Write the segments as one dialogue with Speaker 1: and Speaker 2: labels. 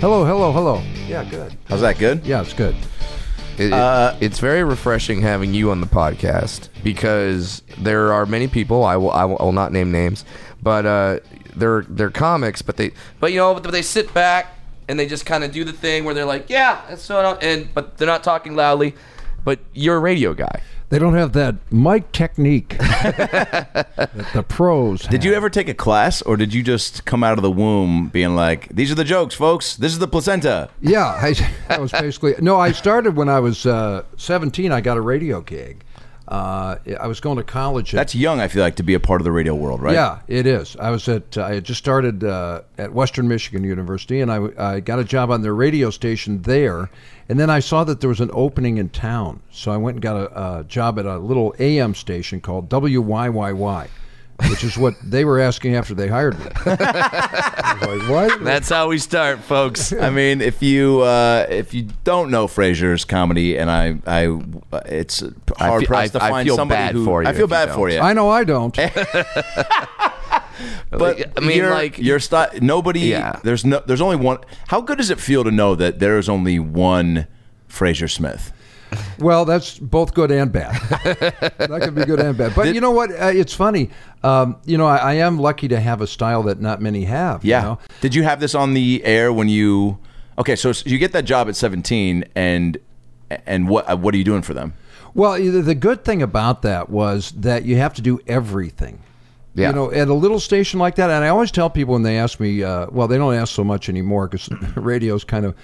Speaker 1: Hello, hello, hello. Yeah, good.
Speaker 2: How's that good?
Speaker 1: Yeah, it's good.
Speaker 3: It- it- it's very refreshing having you on the podcast because there are many people I will I will, I will not name names, but uh, they're they're comics, but they but you know but they sit back and they just kind of do the thing where they're like yeah that's so not, and but they're not talking loudly, but you're a radio guy.
Speaker 1: They don't have that mic technique that the pros.
Speaker 2: Did you ever take a class, or did you just come out of the womb being like, "These are the jokes, folks. This is the placenta."
Speaker 1: Yeah, I, that was basically. No, I started when I was uh, 17. I got a radio gig. Uh, I was going to college. At,
Speaker 2: That's young. I feel like to be a part of the radio world, right?
Speaker 1: Yeah, it is. I was at I had just started uh, at Western Michigan University, and I, I got a job on their radio station there. And then I saw that there was an opening in town, so I went and got a, a job at a little AM station called WYYY, which is what they were asking after they hired me. I was like, what?
Speaker 3: That's how we start, folks.
Speaker 2: I mean, if you uh, if you don't know Frasier's comedy, and I, I it's hard
Speaker 3: feel-
Speaker 2: pressed to
Speaker 3: I- I
Speaker 2: find
Speaker 3: feel
Speaker 2: somebody
Speaker 3: bad
Speaker 2: who
Speaker 3: for you
Speaker 2: I feel
Speaker 3: if you
Speaker 2: bad
Speaker 3: don't.
Speaker 2: for you.
Speaker 1: I know I don't.
Speaker 2: but
Speaker 3: I mean,
Speaker 2: you're-
Speaker 3: like-
Speaker 2: your style. Nobody.
Speaker 3: Yeah.
Speaker 2: There's no. There's only one. How good does it feel to know that there is only one Frasier Smith?
Speaker 1: Well, that's both good and bad. that could be good and bad. But you know what? Uh, it's funny. Um, you know, I, I am lucky to have a style that not many have. you
Speaker 2: Yeah.
Speaker 1: know?
Speaker 2: Did you have this on the air when you? Okay, so you get that job at 17, and and what what are you doing for them?
Speaker 1: Well, the the good thing about that was that you have to do everything.
Speaker 3: Yeah.
Speaker 1: You know, at a little station like that, and I always tell people when they ask me, uh, well, they don't ask so much anymore because radio's kind of,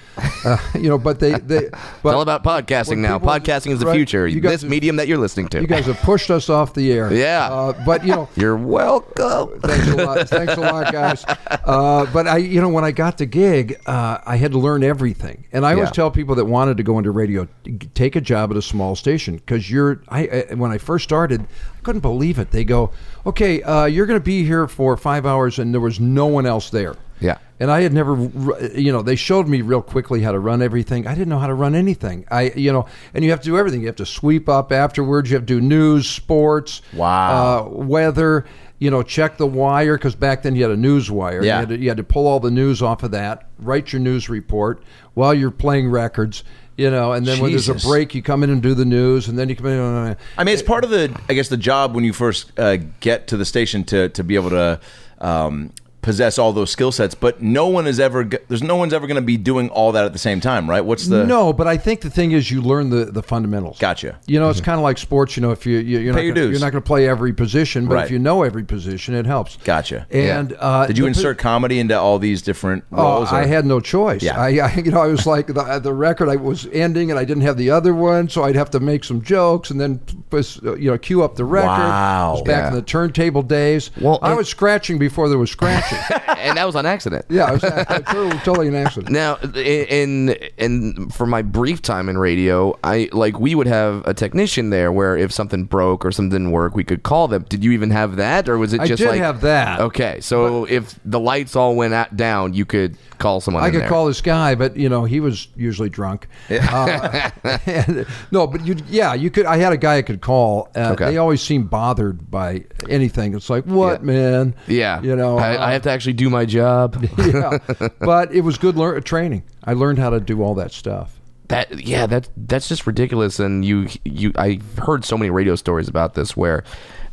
Speaker 1: uh, you know, but they, they but
Speaker 3: It's all about podcasting
Speaker 1: when
Speaker 3: now.
Speaker 1: people-
Speaker 3: Podcasting is the
Speaker 1: right,
Speaker 3: future.
Speaker 1: you guys
Speaker 3: this
Speaker 1: have-
Speaker 3: medium that you're listening to.
Speaker 1: You guys have pushed us off the air.
Speaker 3: Yeah.
Speaker 1: Uh, but you know,
Speaker 3: are welcome.
Speaker 1: Thanks a lot. Thanks a lot, guys. Uh, but I, you know, when I got the gig, uh, I had to learn everything, and I always
Speaker 3: Yeah.
Speaker 1: tell people that wanted to go into radio, take a job at a small station because you're. I, I when I first started, I couldn't believe it. They go, okay, uh, you're going to be here for five hours, and there was no one else there.
Speaker 3: Yeah.
Speaker 1: And I had never, ru- you know, they showed me real quickly how to run everything. I didn't know how to run anything. I, you know, and you have to do everything. You have to sweep up afterwards. You have to do news, sports,
Speaker 2: Wow.
Speaker 1: uh, weather. You know, check the wire because back then you had a news wire.
Speaker 2: Yeah.
Speaker 1: You had, to, you had to pull all the news off of that. Write your news report while you're playing records. You know, and then when there's a
Speaker 2: Jesus.
Speaker 1: break, you come in and do the news, and then you come in. And,
Speaker 2: I mean, it's part of the I guess the job when you first uh, get to the station to to be able to. Um, possess all those skill sets but no one is ever g- there's no one's ever going to be doing all that at the same time right what's the
Speaker 1: no, but I think the thing is you learn the, the fundamentals.
Speaker 2: Gotcha.
Speaker 1: You know, it's kind of like sports. You know, if you, you you're, not
Speaker 2: Pay your
Speaker 1: gonna,
Speaker 2: dues.
Speaker 1: you're not going to play every position, but
Speaker 2: Right.
Speaker 1: if you know every position, it helps.
Speaker 2: Gotcha.
Speaker 1: And
Speaker 3: Yeah.
Speaker 1: uh,
Speaker 2: did you
Speaker 1: the po-
Speaker 2: insert comedy into all these different
Speaker 1: Oh,
Speaker 2: roles or-
Speaker 1: I had no choice.
Speaker 2: Yeah.
Speaker 1: I, I, you know, I was like the, the record I was ending, and I didn't have the other one, so I'd have to make some jokes and then, uh, you know, cue up the record.
Speaker 2: Wow.
Speaker 1: It was back
Speaker 3: Yeah.
Speaker 1: in the turntable days.
Speaker 3: Well,
Speaker 1: I
Speaker 3: and-
Speaker 1: was scratching before there was scratching.
Speaker 3: and that was on accident.
Speaker 1: yeah, I was, I was totally, totally an accident.
Speaker 3: Now, in in for my brief time in radio, I like we would have a technician there where if something broke or something didn't work, we could call them. Did you even have that, or was it
Speaker 1: I
Speaker 3: just
Speaker 1: did
Speaker 3: like
Speaker 1: have that.
Speaker 3: Okay, so if the lights all went out, down, you could call someone.
Speaker 1: I
Speaker 3: in
Speaker 1: could
Speaker 3: there.
Speaker 1: call this guy, but you know he was usually drunk. Uh, and- no, but you, yeah, you could. I had a guy I could call. Uh,
Speaker 3: Okay.
Speaker 1: They always seem bothered by anything. It's like, what,
Speaker 3: Yeah.
Speaker 1: man?
Speaker 3: Yeah,
Speaker 1: you know.
Speaker 3: I, I have to actually do my job.
Speaker 1: uh, yeah. But it was good lear- uh, training. I learned how to do all that stuff.
Speaker 3: that yeah that that's just ridiculous and you you i've heard so many radio stories about this where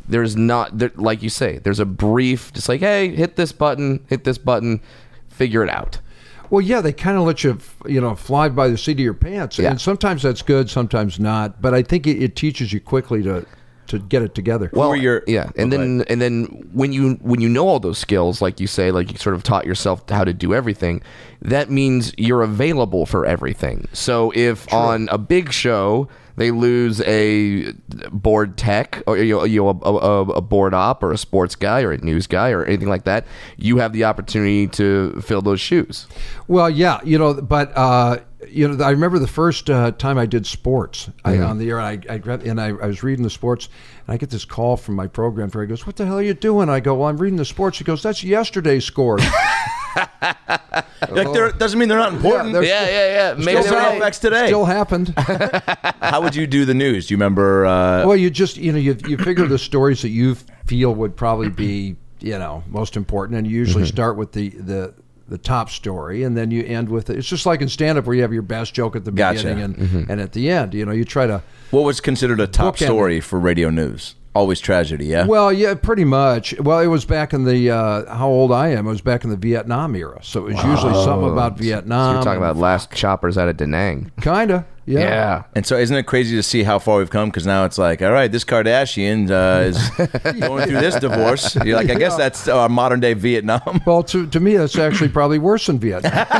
Speaker 3: there's not there, like you say there's a brief just like hey hit this button hit this button figure it out
Speaker 1: Well, yeah, they kind of let you, f- you know, fly by the seat of your pants,
Speaker 3: Yeah.
Speaker 1: and sometimes that's good, sometimes not. But I think it, it teaches you quickly to to to get it together.
Speaker 3: Well,
Speaker 2: were your-
Speaker 3: yeah, and then and then when you when you know all those skills, like you say, like you sort of taught yourself how to do everything, that means you're available for everything. So if on a big show they lose a board tech or you know, you know, a, a, a board op or a sports guy or a news guy or anything like that, you have the opportunity to fill those shoes.
Speaker 1: Well, yeah, you know, but uh, you know, I remember the first uh, time I did sports I,
Speaker 3: Mm-hmm.
Speaker 1: on the air. I, I grabbed, and I, I was reading the sports, and I get this call from my program director. He goes, "What the hell are you doing?" I go, "Well, I'm reading the sports." He goes, "That's yesterday's scores."
Speaker 2: Like,
Speaker 1: Oh.
Speaker 2: there doesn't mean they're not important.
Speaker 1: they're-
Speaker 3: Yeah, yeah, yeah. Maybe
Speaker 2: Still
Speaker 3: they're
Speaker 2: valid.
Speaker 3: right.
Speaker 2: Effects today.
Speaker 1: still happened.
Speaker 2: How would you do the news? Do you remember? Uh,
Speaker 1: well, you just you know you you figure the stories that you feel would probably be you know most important, and you usually
Speaker 3: Mm-hmm.
Speaker 1: start with the the the top story, and then you end with it. It's just like in stand up where you have your best joke at the
Speaker 2: Gotcha.
Speaker 1: beginning and
Speaker 3: Mm-hmm.
Speaker 1: and at the end. You know, you try to.
Speaker 2: what was considered a top
Speaker 1: Bookend.
Speaker 2: story for radio news? Always tragedy. Yeah.
Speaker 1: Well, yeah, pretty much. Well, it was back in the uh, how old I am. It was back in the Vietnam era, so it was usually something about Vietnam.
Speaker 3: You're talking about last choppers out of Da Nang.
Speaker 1: kinda, yeah.
Speaker 3: Yeah.
Speaker 2: And so, isn't it crazy to see how far we've come? Because now it's like, all right, this Kardashian uh, is going through this divorce. You're like, I guess that's our modern day Vietnam.
Speaker 1: Well, to to me, that's actually probably worse than Vietnam.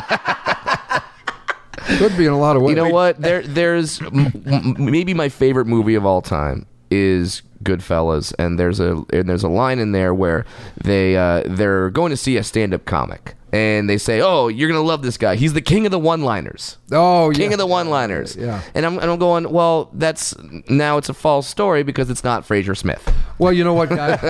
Speaker 1: Could be in a lot of ways.
Speaker 3: You know what? There, there's m- m- maybe my favorite movie of all time is Goodfellas, and there's a and there's a line in there where they uh, they're going to see a stand-up comic, and they say, "Oh, you're gonna love this guy. He's the king of the one-liners."
Speaker 1: Oh, yeah.
Speaker 3: King of the one-liners,
Speaker 1: Yeah.
Speaker 3: and I'm and I'm going. Well, that's now it's a false story because it's not Fraser Smith,
Speaker 1: Well, you know what, guys?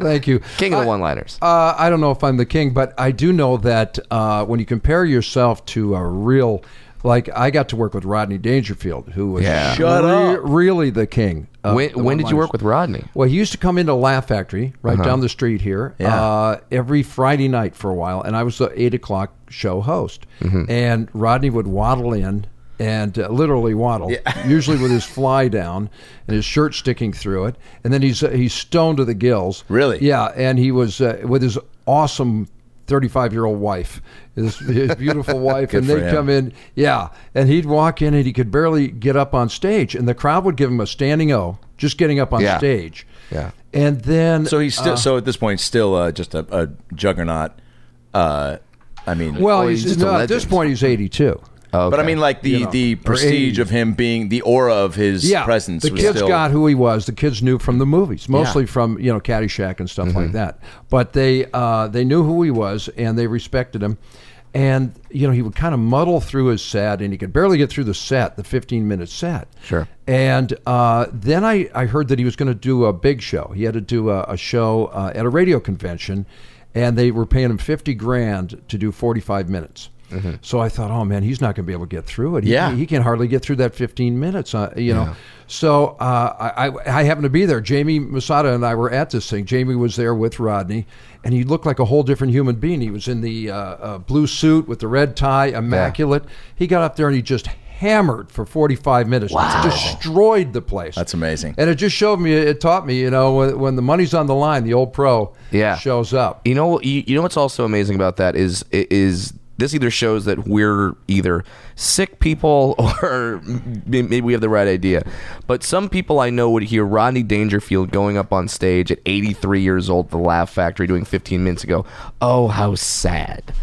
Speaker 1: Thank you.
Speaker 3: king of the
Speaker 1: I-
Speaker 3: one-liners.
Speaker 1: Uh, I don't know if I'm the king, but I do know that uh, when you compare yourself to a real, like I got to work with Rodney Dangerfield, who was
Speaker 3: Yeah.
Speaker 2: Shut up.
Speaker 1: really the king. of
Speaker 3: when
Speaker 1: Uh, the
Speaker 3: when did
Speaker 1: one-liners.
Speaker 3: you work with Rodney?
Speaker 1: Well, he used to come into Laugh Factory
Speaker 2: Uh-huh.
Speaker 1: right down the street here uh, every Friday night for a while, and I was the eight o'clock show host.
Speaker 2: Mm-hmm.
Speaker 1: And Rodney would waddle in and uh, literally waddle, usually with his fly down and his shirt sticking through it, and then he's uh, he's stoned to the gills.
Speaker 2: Really?
Speaker 1: Yeah, and he was uh, with his awesome. 35 year old wife, his, his beautiful wife, and
Speaker 2: for
Speaker 1: they'd
Speaker 2: him.
Speaker 1: come in. Yeah. And he'd walk in and he could barely get up on stage, and the crowd would give him a standing O just getting up on
Speaker 3: Yeah.
Speaker 1: stage.
Speaker 3: Yeah.
Speaker 1: And then
Speaker 2: So he's still. so at this point, still uh, just a, a juggernaut. Uh, I mean,
Speaker 1: well,
Speaker 3: Oh,
Speaker 1: he's,
Speaker 3: he's just a
Speaker 1: no, at this
Speaker 3: legend.
Speaker 1: point he's 82.
Speaker 3: Oh,
Speaker 2: but I
Speaker 3: okay.
Speaker 2: mean, like the
Speaker 1: You know,
Speaker 2: the
Speaker 1: or
Speaker 2: prestige
Speaker 1: 80s.
Speaker 2: of him being the aura of his
Speaker 1: Yeah,
Speaker 2: presence.
Speaker 1: the
Speaker 2: was
Speaker 1: kids
Speaker 2: still,
Speaker 1: got who he was. The kids knew from the movies, mostly from you know Caddyshack and stuff
Speaker 2: Mm-hmm.
Speaker 1: like that. But they uh, they knew who he was and they respected him. And you know he would kind of muddle through his set, and he could barely get through the set, the 15 minute set.
Speaker 3: Sure.
Speaker 1: And uh, then I, I heard that he was going to do a big show. He had to do a, a show uh, at a radio convention, and they were paying him 50 grand to do 45 minutes. So I thought, oh man, he's not going to be able to get through it. He,
Speaker 2: Mm-hmm. Yeah.
Speaker 1: he can hardly get through that 15 minutes. Uh, you know, so uh, I, I I happened to be there. Jamie Masada and I were at this thing. Jamie was there with Rodney, and he looked like a whole different human being. He was in the uh, uh, blue suit with the red tie, immaculate. He got up there and he just hammered for 45 minutes destroyed the place
Speaker 2: That's amazing.
Speaker 1: and it just showed me it taught me you know when, when the money's on the line the old pro
Speaker 3: Yeah.
Speaker 1: shows up
Speaker 3: You know, you, you know what's also amazing about that is is this either shows that we're either sick people or m- maybe we have the right idea. But some people I know would hear Rodney Dangerfield going up on stage at 83 years old, at the Laugh Factory, doing 15 minutes ago. Oh, how sad.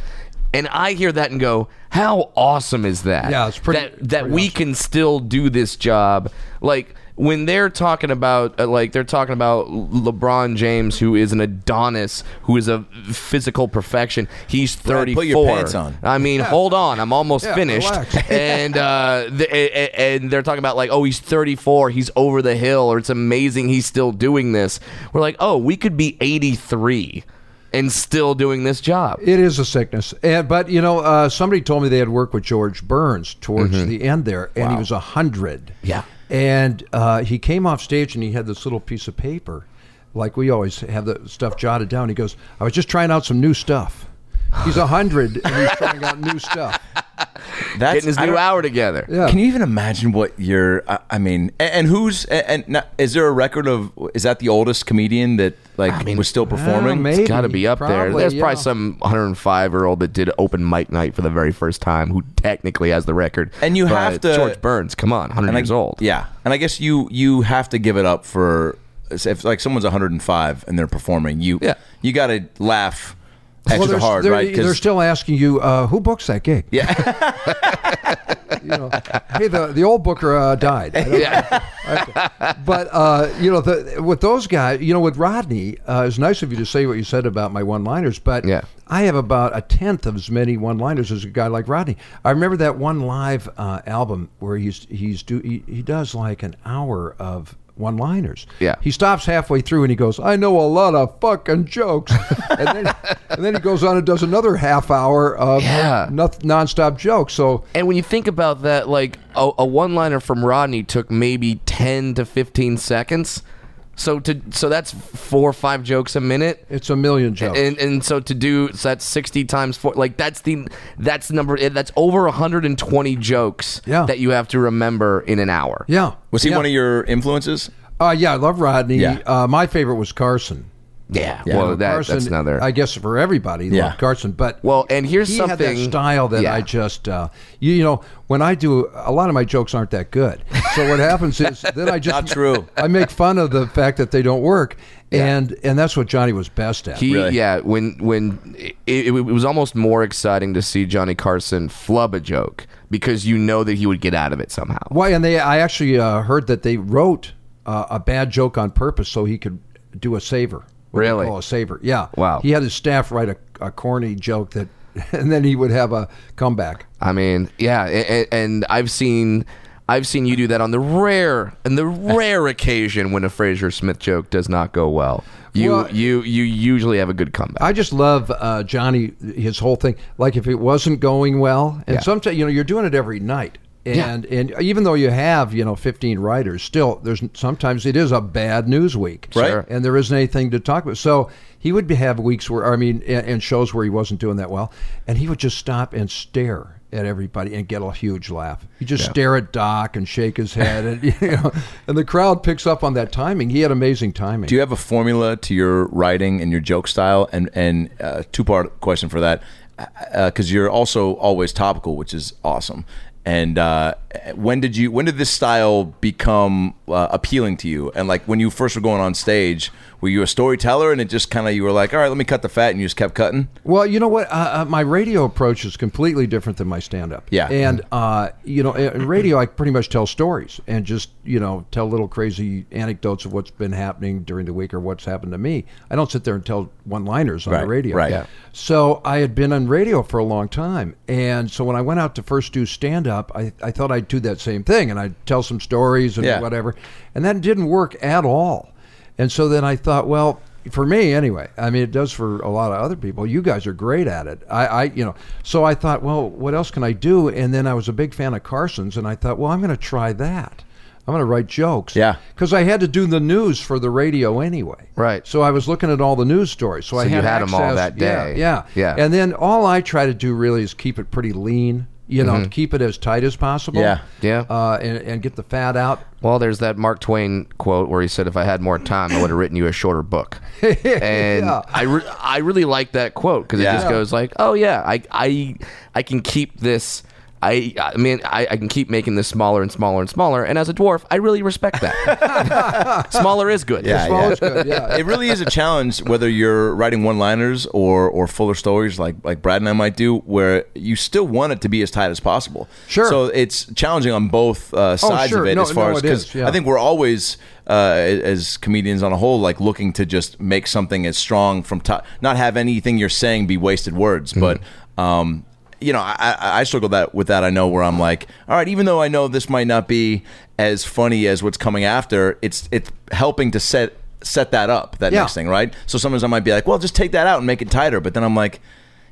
Speaker 3: And I hear that and go, how awesome is that?
Speaker 1: Yeah, it's pretty-
Speaker 3: That, that
Speaker 1: pretty
Speaker 3: we can still do this job. Like when they're talking about, uh, like they're talking about LeBron James, who is an Adonis, who is a physical perfection. He's
Speaker 2: Brad,
Speaker 3: thirty-four.
Speaker 2: put your pants on.
Speaker 3: I mean, hold on, I'm almost
Speaker 1: Yeah,
Speaker 3: finished.
Speaker 1: relax.
Speaker 3: And uh, the, a- a- and they're talking about like, oh, he's thirty-four, he's over the hill, or it's amazing he's still doing this. We're like, oh, we could be eighty-three and still doing this job.
Speaker 1: it is a sickness and but you know uh, somebody told me they had worked with george burns towards
Speaker 2: Mm-hmm.
Speaker 1: the end there and he was a hundred
Speaker 3: Yeah.
Speaker 1: and uh, he came off stage and he had this little piece of paper like we always have the stuff jotted down he goes i was just trying out some new stuff he's a hundred and he's trying out new stuff
Speaker 2: That's
Speaker 3: Getting his
Speaker 2: I
Speaker 3: new
Speaker 2: don't-
Speaker 3: hour together.
Speaker 1: Yeah.
Speaker 2: Can you even imagine what your? I, I mean, and, and who's? And, and not, is there a record of? Is that the oldest comedian that like was still performing?
Speaker 1: Well,
Speaker 3: It's got to
Speaker 1: maybe,
Speaker 3: be up there.
Speaker 1: probably,
Speaker 3: There's
Speaker 1: yeah.
Speaker 3: probably some 105 year old that did open mic night for the very first time who technically has the record.
Speaker 2: And you
Speaker 3: But
Speaker 2: have to-
Speaker 3: George Burns, come on, 100
Speaker 2: and I-
Speaker 3: years old.
Speaker 2: Yeah, and I guess you you have to give it up for if like someone's 105 and they're performing, you
Speaker 3: Yeah.
Speaker 2: you got to laugh extra
Speaker 1: they're,
Speaker 2: hard,
Speaker 1: they're,
Speaker 2: right? 'Cause-
Speaker 1: they're still asking you uh, who books that gig. Yeah. you know, hey, the the old booker uh, died. I don't- Okay. But uh, you know, the, with those guys, you know, with Rodney, uh, it's nice of you to say what you said about my one-liners. But
Speaker 3: Yeah.
Speaker 1: I have about a tenth of as many one-liners as a guy like Rodney. I remember that one live uh, album where he's he's do he, he does like an hour of one-liners.
Speaker 3: Yeah.
Speaker 1: he stops halfway through and he goes, "I know a lot of fucking jokes," and then and then he goes on and does another half hour of
Speaker 3: Yeah.
Speaker 1: noth- non-stop jokes. So
Speaker 3: And when you think about that, like a, a one liner from Rodney took maybe ten to fifteen seconds. So to so that's four or five jokes a minute.
Speaker 1: it's a million jokes.
Speaker 3: And and so to do so that's sixty times four like that's the that's the number eh, that's over hundred and twenty jokes
Speaker 1: Yeah.
Speaker 3: that you have to remember in an hour.
Speaker 1: yeah,
Speaker 2: was he
Speaker 1: yeah.
Speaker 2: one of your influences?
Speaker 1: Uh, yeah, I love Rodney.
Speaker 2: Yeah.
Speaker 1: Uh, my favorite was Carson.
Speaker 3: Yeah. Well, Oh, that,
Speaker 1: Carson,
Speaker 3: that's another.
Speaker 1: I guess for everybody,
Speaker 2: Yeah.
Speaker 1: loved Carson. But
Speaker 3: well, and here's
Speaker 1: he
Speaker 3: something.
Speaker 1: had that style that
Speaker 3: Yeah.
Speaker 1: I just, uh, you, you know, when I do, a lot of my jokes aren't that good. So what happens is then I
Speaker 2: Not
Speaker 1: just
Speaker 2: true.
Speaker 1: I make fun of the fact that they don't work, and and that's what Johnny was best at.
Speaker 3: He,
Speaker 2: Really?
Speaker 3: yeah, when when it, it, it was almost more exciting to see Johnny Carson flub a joke because you know that he would get out of it somehow.
Speaker 1: Why? And they, I actually uh, heard that they wrote uh, a bad joke on purpose so he could do a saver. What they
Speaker 3: Really?
Speaker 1: call a saver. Yeah.
Speaker 3: Wow.
Speaker 1: He had his staff write a, a corny joke that, and then he would have a comeback.
Speaker 3: I mean, yeah, and, and I've seen I've seen you do that on the rare and the rare occasion when a Fraser Smith joke does not go well. You
Speaker 1: Well-
Speaker 3: you you usually have a good comeback.
Speaker 1: I just love uh, Johnny, his whole thing. Like if it wasn't going well, and
Speaker 3: Yeah.
Speaker 1: sometimes you know you're doing it every night, and and even though you have you know 15 writers, still there's sometimes it is a bad news week,
Speaker 2: Right. Sure.
Speaker 1: And there isn't anything to talk about. So he would be, have weeks where I mean, and, and shows where he wasn't doing that well, and he would just stop and stare at everybody and get a huge laugh. He just stare at Doc and shake his head, and you know, and the crowd picks up on that timing. He had amazing timing.
Speaker 2: Do you have a formula to your writing and your joke style? And and uh, two part question for that, because you're also always topical, which is awesome. And uh, when did you? When did this style become uh, appealing to you? And like when you first were going on stage, were you a storyteller? And it just kind of you were like, all right, let me cut the fat, and you just kept cutting.
Speaker 1: Well, you know what? Uh, uh, my radio approach is completely different than my stand up.
Speaker 2: Yeah.
Speaker 1: And, uh, you know, in in radio, I pretty much tell stories and just, you know, tell little crazy anecdotes of what's been happening during the week or what's happened to me. I don't sit there and tell one liners on the
Speaker 2: Right,
Speaker 1: radio.
Speaker 2: right. Yeah.
Speaker 1: So I had been on radio for a long time. And so when I went out to first do stand up, I, I thought I'd do that same thing and I'd tell some stories and
Speaker 2: Yeah.
Speaker 1: whatever. And that didn't work at all. And so then I thought, well, for me anyway, I mean, it does for a lot of other people. You guys are great at it. I, I you know, so I thought, well, what else can I do? And then I was a big fan of Carson's and I thought, well, I'm going to try that. I'm going to write jokes.
Speaker 2: Yeah.
Speaker 1: Because I had to do the news for the radio anyway.
Speaker 3: Right.
Speaker 1: So I was looking at all the news stories. So, I
Speaker 3: So you
Speaker 1: had,
Speaker 3: had 'em all
Speaker 1: access-
Speaker 3: that day.
Speaker 1: Yeah, yeah.
Speaker 3: Yeah.
Speaker 1: And then all I try to do really is keep it pretty lean, you know, keep it as tight as possible.
Speaker 2: Yeah.
Speaker 3: Mm-hmm. Yeah.
Speaker 1: Uh, and, and get the fat out.
Speaker 3: Well, there's that Mark Twain quote where he said, "If I had more time, I would have written you a shorter book." And
Speaker 1: Yeah.
Speaker 3: I, re- I really like that quote because
Speaker 2: Yeah.
Speaker 3: it just goes like, "Oh yeah, I, I, I can keep this. I, I mean, I, I can keep making this smaller and smaller and smaller." And as a dwarf, I really respect that. smaller is good.
Speaker 1: Small is good, yeah.
Speaker 2: it really is a challenge whether you're writing one-liners or or fuller stories like like Brad and I might do, where you still want it to be as tight as possible.
Speaker 1: Sure. Oh,
Speaker 2: So it's challenging on both uh, sides
Speaker 1: sure.
Speaker 2: of it
Speaker 1: No,
Speaker 2: as far
Speaker 1: no,
Speaker 2: as
Speaker 1: it is, yeah.
Speaker 2: I think we're always uh, as comedians on a whole like looking to just make something as strong from top, not have anything you're saying be wasted
Speaker 1: Mm-hmm.
Speaker 2: words, but. Um, you know, I, I I struggle that with that. I know where I'm like, all right, even though I know this might not be as funny as what's coming after, it's it's helping to set set that up that
Speaker 1: Yeah.
Speaker 2: next thing, right? So sometimes I might be like, well, just take that out and make it tighter, but then I'm like.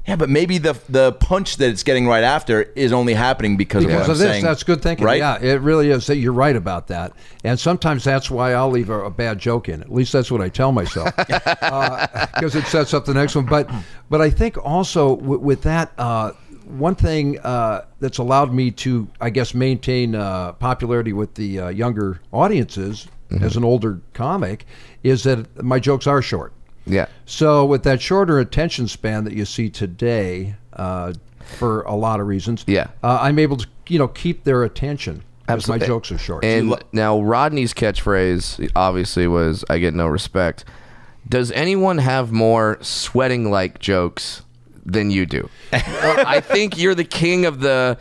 Speaker 2: Yeah, but maybe the the punch that it's getting right after is only happening because, of
Speaker 1: because
Speaker 2: what
Speaker 1: of
Speaker 2: I'm
Speaker 1: this.
Speaker 2: saying.
Speaker 1: That's good thinking.
Speaker 2: right?
Speaker 1: Yeah, it really is. You're right about that. And sometimes that's why I'll leave a, a bad joke in. At least that's what I tell myself, because it sets up the next one. But but I think also w- with that. Uh, one thing uh, that's allowed me to, I guess, maintain uh, popularity with the uh, younger audiences
Speaker 2: Mm-hmm.
Speaker 1: as an older comic is that my jokes are short.
Speaker 3: Yeah.
Speaker 1: So, with that shorter attention span that you see today, uh, for a lot of reasons,
Speaker 3: Yeah.
Speaker 1: uh, I'm able to you know keep their attention. Because my jokes are short.
Speaker 3: And now Rodney's catchphrase obviously was I get no respect. Does anyone have more sweating like jokes than you do? Well, I think you're the king of the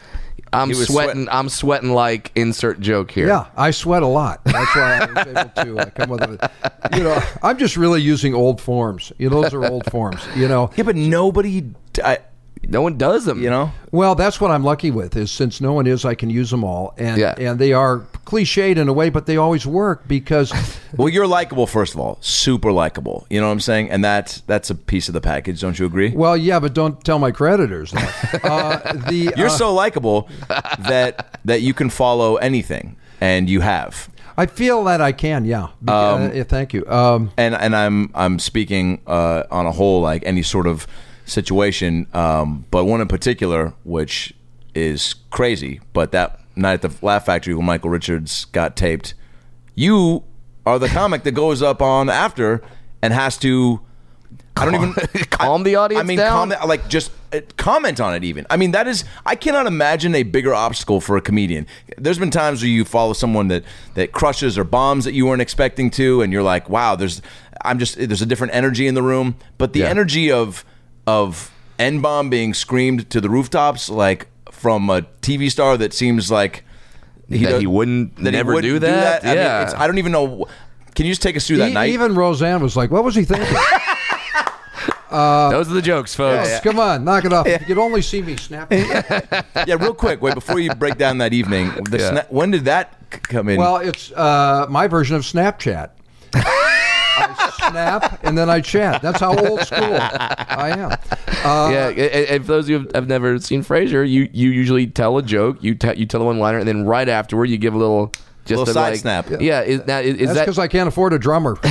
Speaker 3: I'm
Speaker 2: He was
Speaker 3: sweating
Speaker 2: sweat-
Speaker 3: I'm sweating like insert joke here.
Speaker 1: Yeah, I sweat a lot. That's why I was able to uh, come up with it. You know, I'm just really using old forms. You know, those are old forms. You know,
Speaker 2: Yeah, but nobody. I,
Speaker 3: No one does them.
Speaker 2: you know.
Speaker 1: well, that's what I'm lucky with is since no one is, I can use them all, and
Speaker 3: Yeah.
Speaker 1: and they are cliched in a way, but they always work because
Speaker 2: Well, you're likable first of all, super likable. You know what I'm saying? And that's that's a piece of the package. Don't you agree?
Speaker 1: Well, yeah, but don't tell my creditors that. Uh, the
Speaker 2: you're
Speaker 1: uh,
Speaker 2: so likable that that you can follow anything, and you have.
Speaker 1: I feel that I can, yeah. Be- uh, yeah, thank you. Um,
Speaker 2: and and I'm I'm speaking uh, on a whole like any sort of situation, um, but one in particular which is crazy. But that night at the Laugh Factory when Michael Richards got taped, you are the comic that goes up on after and has to. I don't even
Speaker 3: Calm
Speaker 2: I-
Speaker 3: the audience
Speaker 2: I mean,
Speaker 3: down?
Speaker 2: comment like just uh, comment on it. Even I mean, that is I cannot imagine a bigger obstacle for a comedian. There's been times where you follow someone that that crushes or bombs that you weren't expecting to, and you're like, wow, there's I'm just there's a different energy in the room. But the energy of of N bomb being screamed to the rooftops, like from a TV star that seems like
Speaker 3: That
Speaker 2: does-
Speaker 3: he wouldn't- never
Speaker 2: wouldn't
Speaker 3: do that?
Speaker 2: I mean,
Speaker 3: Yeah.
Speaker 2: it's- I don't even know. wh- Can you just take us through that
Speaker 1: e-
Speaker 2: night?
Speaker 1: even Roseanne was like, "What was he thinking? Uh,
Speaker 3: Those are the jokes, folks.
Speaker 1: Come on, knock it off. You could only see me snapping."
Speaker 2: yeah, real quick. Wait, before you break down that evening, the
Speaker 3: Yeah.
Speaker 2: sna- when did that c- come in?
Speaker 1: well, it's uh, my version of Snapchat. I snap and then I chat. That's how old school I am. Uh,
Speaker 3: Yeah, i- i- if those of you who have never seen Frasier, you, you usually tell a joke, you te- you tell a one liner, and then right afterward you give a little just
Speaker 2: Little
Speaker 3: a,
Speaker 2: side
Speaker 3: like-
Speaker 2: snap.
Speaker 3: Yeah, is, now, is, is
Speaker 1: that's
Speaker 3: that
Speaker 1: because I can't afford a drummer.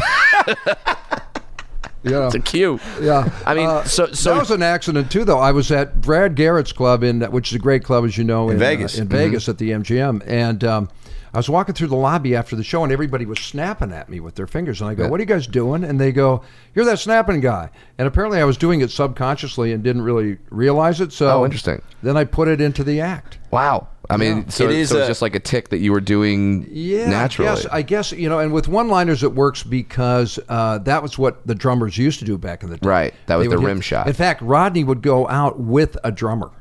Speaker 1: you know.
Speaker 3: it's a cue?
Speaker 1: Yeah,
Speaker 3: I mean,
Speaker 1: Uh,
Speaker 3: so so
Speaker 1: that was an accident too, though. I was at Brad Garrett's club in, which is a great club, as you know, in, uh,
Speaker 2: Vegas.
Speaker 1: in Vegas at the MGM, and um, I was walking through the lobby after the show, and everybody was snapping at me with their fingers, and I go, "What are you guys doing?" And they go, "You're that snapping guy." And apparently, I was doing it subconsciously and didn't really realize it. So,
Speaker 3: Oh, interesting.
Speaker 1: Then I put it into the act.
Speaker 3: wow. I mean, so
Speaker 2: It
Speaker 3: it
Speaker 2: is
Speaker 3: is so it's
Speaker 2: a-
Speaker 3: just like a tick that you were doing
Speaker 1: Yeah, I
Speaker 3: naturally.
Speaker 1: guess- I guess, you know, and with one-liners it works because uh, that was what the drummers used to do back in the day.
Speaker 3: Right, that was
Speaker 1: They
Speaker 3: the
Speaker 1: would hit-
Speaker 3: rim shot.
Speaker 1: In fact, Rodney would go out with a drummer.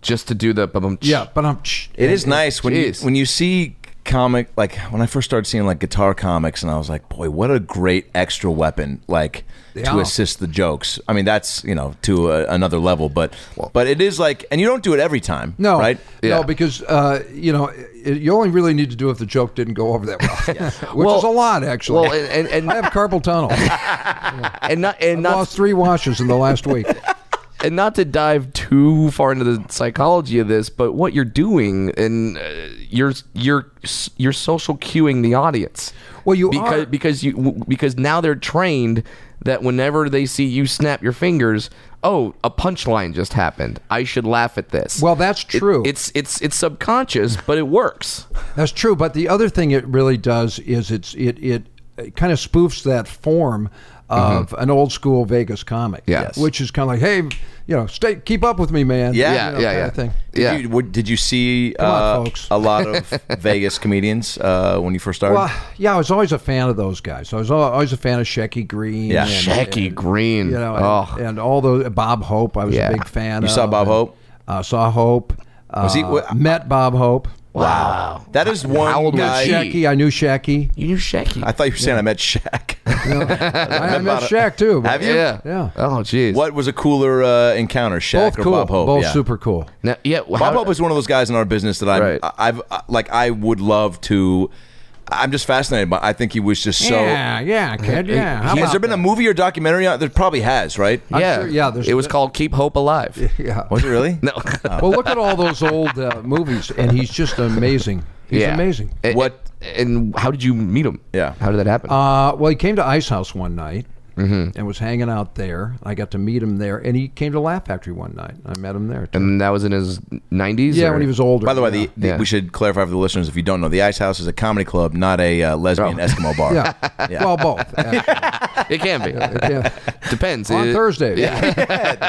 Speaker 3: just to do the bum
Speaker 1: Yeah, but I'm.
Speaker 2: it is nice when you,
Speaker 3: Jeez.
Speaker 2: when you see comic like when I first started seeing like guitar comics, and I was like, boy, what a great extra weapon like
Speaker 1: Yeah.
Speaker 2: to assist the jokes. I mean, that's you know to a, another level, but but it is like, and you don't do it every time,
Speaker 1: No,
Speaker 2: right?
Speaker 3: Yeah.
Speaker 1: No, because uh, you know it, you only really need to do if the joke didn't go over that well, which
Speaker 3: Well-
Speaker 1: is a lot actually.
Speaker 3: Well, and and,
Speaker 1: I
Speaker 3: and,
Speaker 1: have carpal tunnel. I
Speaker 3: and not and not
Speaker 1: lost three washes in the last week.
Speaker 3: and not to dive too far into the psychology of this, but what you're doing and uh, you're you're s- you're social cueing the audience.
Speaker 1: Well, you
Speaker 3: because
Speaker 1: are.
Speaker 3: because you w- because now they're trained that whenever they see you snap your fingers, oh, a punchline just happened. I should laugh at this.
Speaker 1: Well, that's
Speaker 3: It-
Speaker 1: true.
Speaker 3: it's it's it's subconscious, but it works.
Speaker 1: That's true, but the other thing it really does is it's it it, it kind of spoofs that form of
Speaker 2: Mm-hmm.
Speaker 1: an old school Vegas comic,
Speaker 3: Yes.
Speaker 1: which is kind of like, hey, you know, stay keep up with me, man.
Speaker 2: Yeah.
Speaker 1: You
Speaker 2: Yeah,
Speaker 1: know,
Speaker 3: yeah,
Speaker 1: kind
Speaker 3: yeah.
Speaker 1: Of thing.
Speaker 2: Did
Speaker 3: yeah.
Speaker 2: You, would- did you see
Speaker 1: on,
Speaker 2: uh,
Speaker 1: folks.
Speaker 2: a lot of Vegas comedians uh, when you first started?
Speaker 1: Well, yeah, I was always a fan of those guys. I was al- always a fan of Shecky Green.
Speaker 2: Yeah.
Speaker 1: and-
Speaker 3: Shecky
Speaker 1: and-
Speaker 3: Green.
Speaker 1: You know, and,
Speaker 3: Oh.
Speaker 1: and all those Bob Hope. I was
Speaker 3: Yeah.
Speaker 1: a big fan.
Speaker 2: You saw
Speaker 1: of,
Speaker 2: Bob
Speaker 1: and,
Speaker 2: Hope?
Speaker 1: Uh, saw Hope. Uh,
Speaker 2: Was he- wa-
Speaker 1: met Bob Hope.
Speaker 3: Wow.
Speaker 2: that is one
Speaker 3: How old was
Speaker 2: guy.
Speaker 3: she?
Speaker 1: Shecky, I knew Shecky.
Speaker 3: You knew Shecky.
Speaker 2: I thought you were saying I met Shaq.
Speaker 1: I, I met
Speaker 2: Bob-
Speaker 1: Shaq too. but-
Speaker 2: Have you?
Speaker 3: yeah.
Speaker 1: Yeah.
Speaker 3: Oh, jeez.
Speaker 2: What was a cooler uh, encounter, Shaq
Speaker 1: Both
Speaker 2: or
Speaker 1: cool.
Speaker 2: Bob Hope?
Speaker 1: Both
Speaker 2: Yeah.
Speaker 1: super cool.
Speaker 3: Now, yeah.
Speaker 2: Bob
Speaker 3: how-
Speaker 2: Hope is one of those guys in our business that I'm,
Speaker 3: Right.
Speaker 2: I- I've uh, like I would love to. I'm just fascinated by. I think he was just so.
Speaker 1: yeah, yeah, kid. Yeah. How
Speaker 2: Has there
Speaker 1: about
Speaker 2: been a
Speaker 1: that?
Speaker 2: movie or documentary? out There probably has, right?
Speaker 3: Yeah.
Speaker 1: sure- yeah, there's-
Speaker 3: It was called Keep Hope Alive.
Speaker 1: Yeah.
Speaker 2: Was it really?
Speaker 3: No.
Speaker 1: Well, look at all those old uh, movies, and he's just amazing. He's
Speaker 3: yeah.
Speaker 1: amazing.
Speaker 3: And-
Speaker 2: What-
Speaker 3: And how did you meet him?
Speaker 2: Yeah.
Speaker 3: How did that happen?
Speaker 1: Uh, well, he came to Ice House one night
Speaker 2: Mm-hmm.
Speaker 1: and was hanging out there. I got to meet him there, and he came to Laugh Factory one night. I met him there. Too.
Speaker 3: and that was in his 90s?
Speaker 1: yeah,
Speaker 3: or-
Speaker 1: when he was older.
Speaker 2: By the way, the, the-
Speaker 3: Yeah.
Speaker 2: we should clarify for the listeners if you don't know, the Ice House is a comedy club, not a uh, lesbian Eskimo bar.
Speaker 1: yeah, yeah. well, both. actually.
Speaker 3: It can be.
Speaker 1: Yeah.
Speaker 3: Depends.
Speaker 1: On
Speaker 3: It-
Speaker 1: Thursday.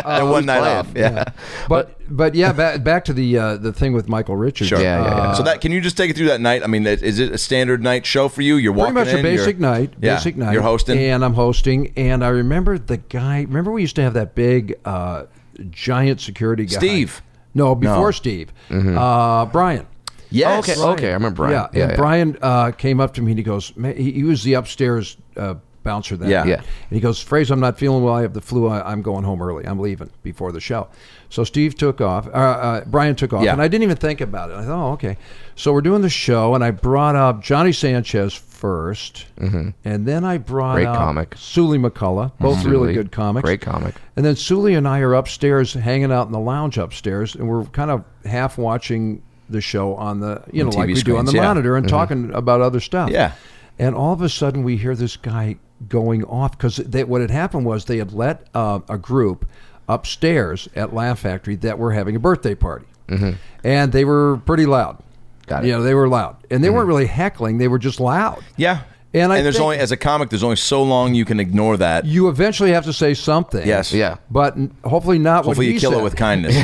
Speaker 1: Uh,
Speaker 2: and one night off. Yeah.
Speaker 1: But but yeah, back, back to the uh, the thing with Michael Richards. Uh,
Speaker 2: Sure.
Speaker 3: Yeah, yeah, yeah.
Speaker 2: So that can you just take it through that night? I mean, that- is it a standard night show for you? You're
Speaker 1: Pretty
Speaker 2: walking
Speaker 1: much a
Speaker 2: in, you're-
Speaker 1: basic night.
Speaker 2: Yeah,
Speaker 1: Basic night.
Speaker 2: You're hosting.
Speaker 1: And I'm hosting. And I remember the guy. Remember we used to have that big, uh, giant security guy.
Speaker 2: Steve. Mm-hmm.
Speaker 1: No, before Steve. Uh, Brian.
Speaker 2: yes.
Speaker 3: Oh, Okay. Okay. I remember Brian.
Speaker 1: Yeah, and Brian uh, came up to me and he goes, "Ma- he, he was the upstairs uh, bouncer then.
Speaker 2: Yeah. Yeah.
Speaker 1: And he goes, Fraser, I'm not feeling well. I have the flu. I, I'm going home early. I'm leaving before the show. So Steve took off. Uh, uh, Brian took off.
Speaker 2: Yeah.
Speaker 1: And I didn't even think about it. I thought, oh, okay. So we're doing the show, and I brought up Johnny Sanchez 1st and then I brought
Speaker 3: Mm-hmm. Great
Speaker 1: up
Speaker 3: comic. Mm-hmm.
Speaker 1: Sully McCullough, both really
Speaker 3: Sully.
Speaker 1: good comics.
Speaker 3: Great comic.
Speaker 1: And then Sully and I are upstairs hanging out in the lounge upstairs, and we're kind of half watching the show on the you know
Speaker 2: TV
Speaker 1: like we do on
Speaker 2: screens,
Speaker 1: the
Speaker 2: yeah. Mm-hmm.
Speaker 1: monitor and talking about other stuff.
Speaker 2: Yeah.
Speaker 1: And all of a sudden, we hear this guy going off because what had happened was they had let uh, a group upstairs at Laugh Factory that were having a birthday party,
Speaker 2: Mm-hmm.
Speaker 1: and they were pretty loud.
Speaker 3: Got it.
Speaker 1: You know, they were loud, and they
Speaker 2: Mm-hmm.
Speaker 1: weren't really heckling; they were just loud.
Speaker 2: Yeah.
Speaker 1: And I
Speaker 2: there's
Speaker 1: think-
Speaker 2: only as a comic, there's only so long you can ignore that.
Speaker 1: You eventually have to say something.
Speaker 2: Yes.
Speaker 3: Yeah.
Speaker 1: But n- hopefully not.
Speaker 2: Hopefully,
Speaker 1: what
Speaker 2: you
Speaker 1: he
Speaker 2: kill
Speaker 1: said.
Speaker 2: it with kindness.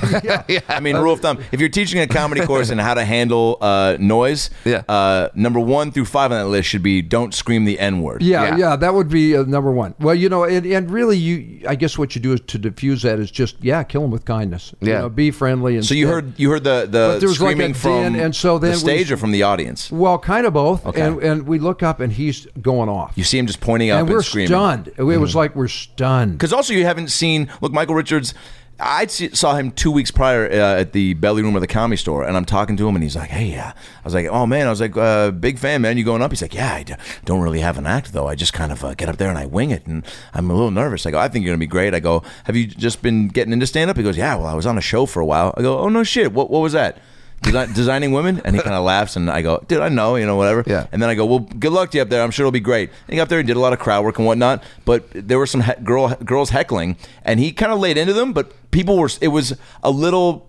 Speaker 2: I mean, rule of thumb: if you're teaching a comedy course and how to handle uh, noise,
Speaker 3: Yeah.
Speaker 2: uh, number one through five on that list should be don't scream the N word.
Speaker 1: Yeah,
Speaker 3: Yeah.
Speaker 1: yeah, that would be uh, number one. Well, you know, and, and really, you, I guess what you do is to diffuse that is just, yeah, kill them with kindness. You
Speaker 3: Yeah.
Speaker 1: know, be friendly. And
Speaker 2: So you heard you heard the the
Speaker 1: But there was like a
Speaker 2: screaming from
Speaker 1: din, and so then
Speaker 2: the
Speaker 1: we-
Speaker 2: stage or from the audience.
Speaker 1: Well, kind of both.
Speaker 2: Okay.
Speaker 1: And and we look up and he's going off.
Speaker 2: You see him just pointing up
Speaker 1: and
Speaker 2: and, Mm-hmm.
Speaker 1: we're
Speaker 2: screaming.
Speaker 1: stunned. It was like we're stunned.
Speaker 2: Because also you haven't seen. Look, Michael Richards. I see- saw him two weeks prior uh, at the belly room of the comedy store, and I'm talking to him, and he's like, "Hey, yeah." I was like, "Oh man," I was like, uh, "Big fan, man. You going up?" He's like, "Yeah, I d- don't really have an act though. I just kind of uh, get up there and I wing it, and I'm a little nervous." I go, "I think you're gonna be great." I go, "Have you just been getting into stand up?" He goes, "Yeah, well, I was on a show for a while." I go, "Oh no, shit. What what was that?" Desi- designing women, and he kind of laughs, and I go, "Dude, I know, you know, whatever."
Speaker 3: Yeah.
Speaker 2: And then I go, "Well, good luck to you up there. I'm sure it'll be great." And he got up there and did a lot of crowd work and whatnot, but there were some he- girl girls heckling, and he kind of laid into them, but people were. It was a little.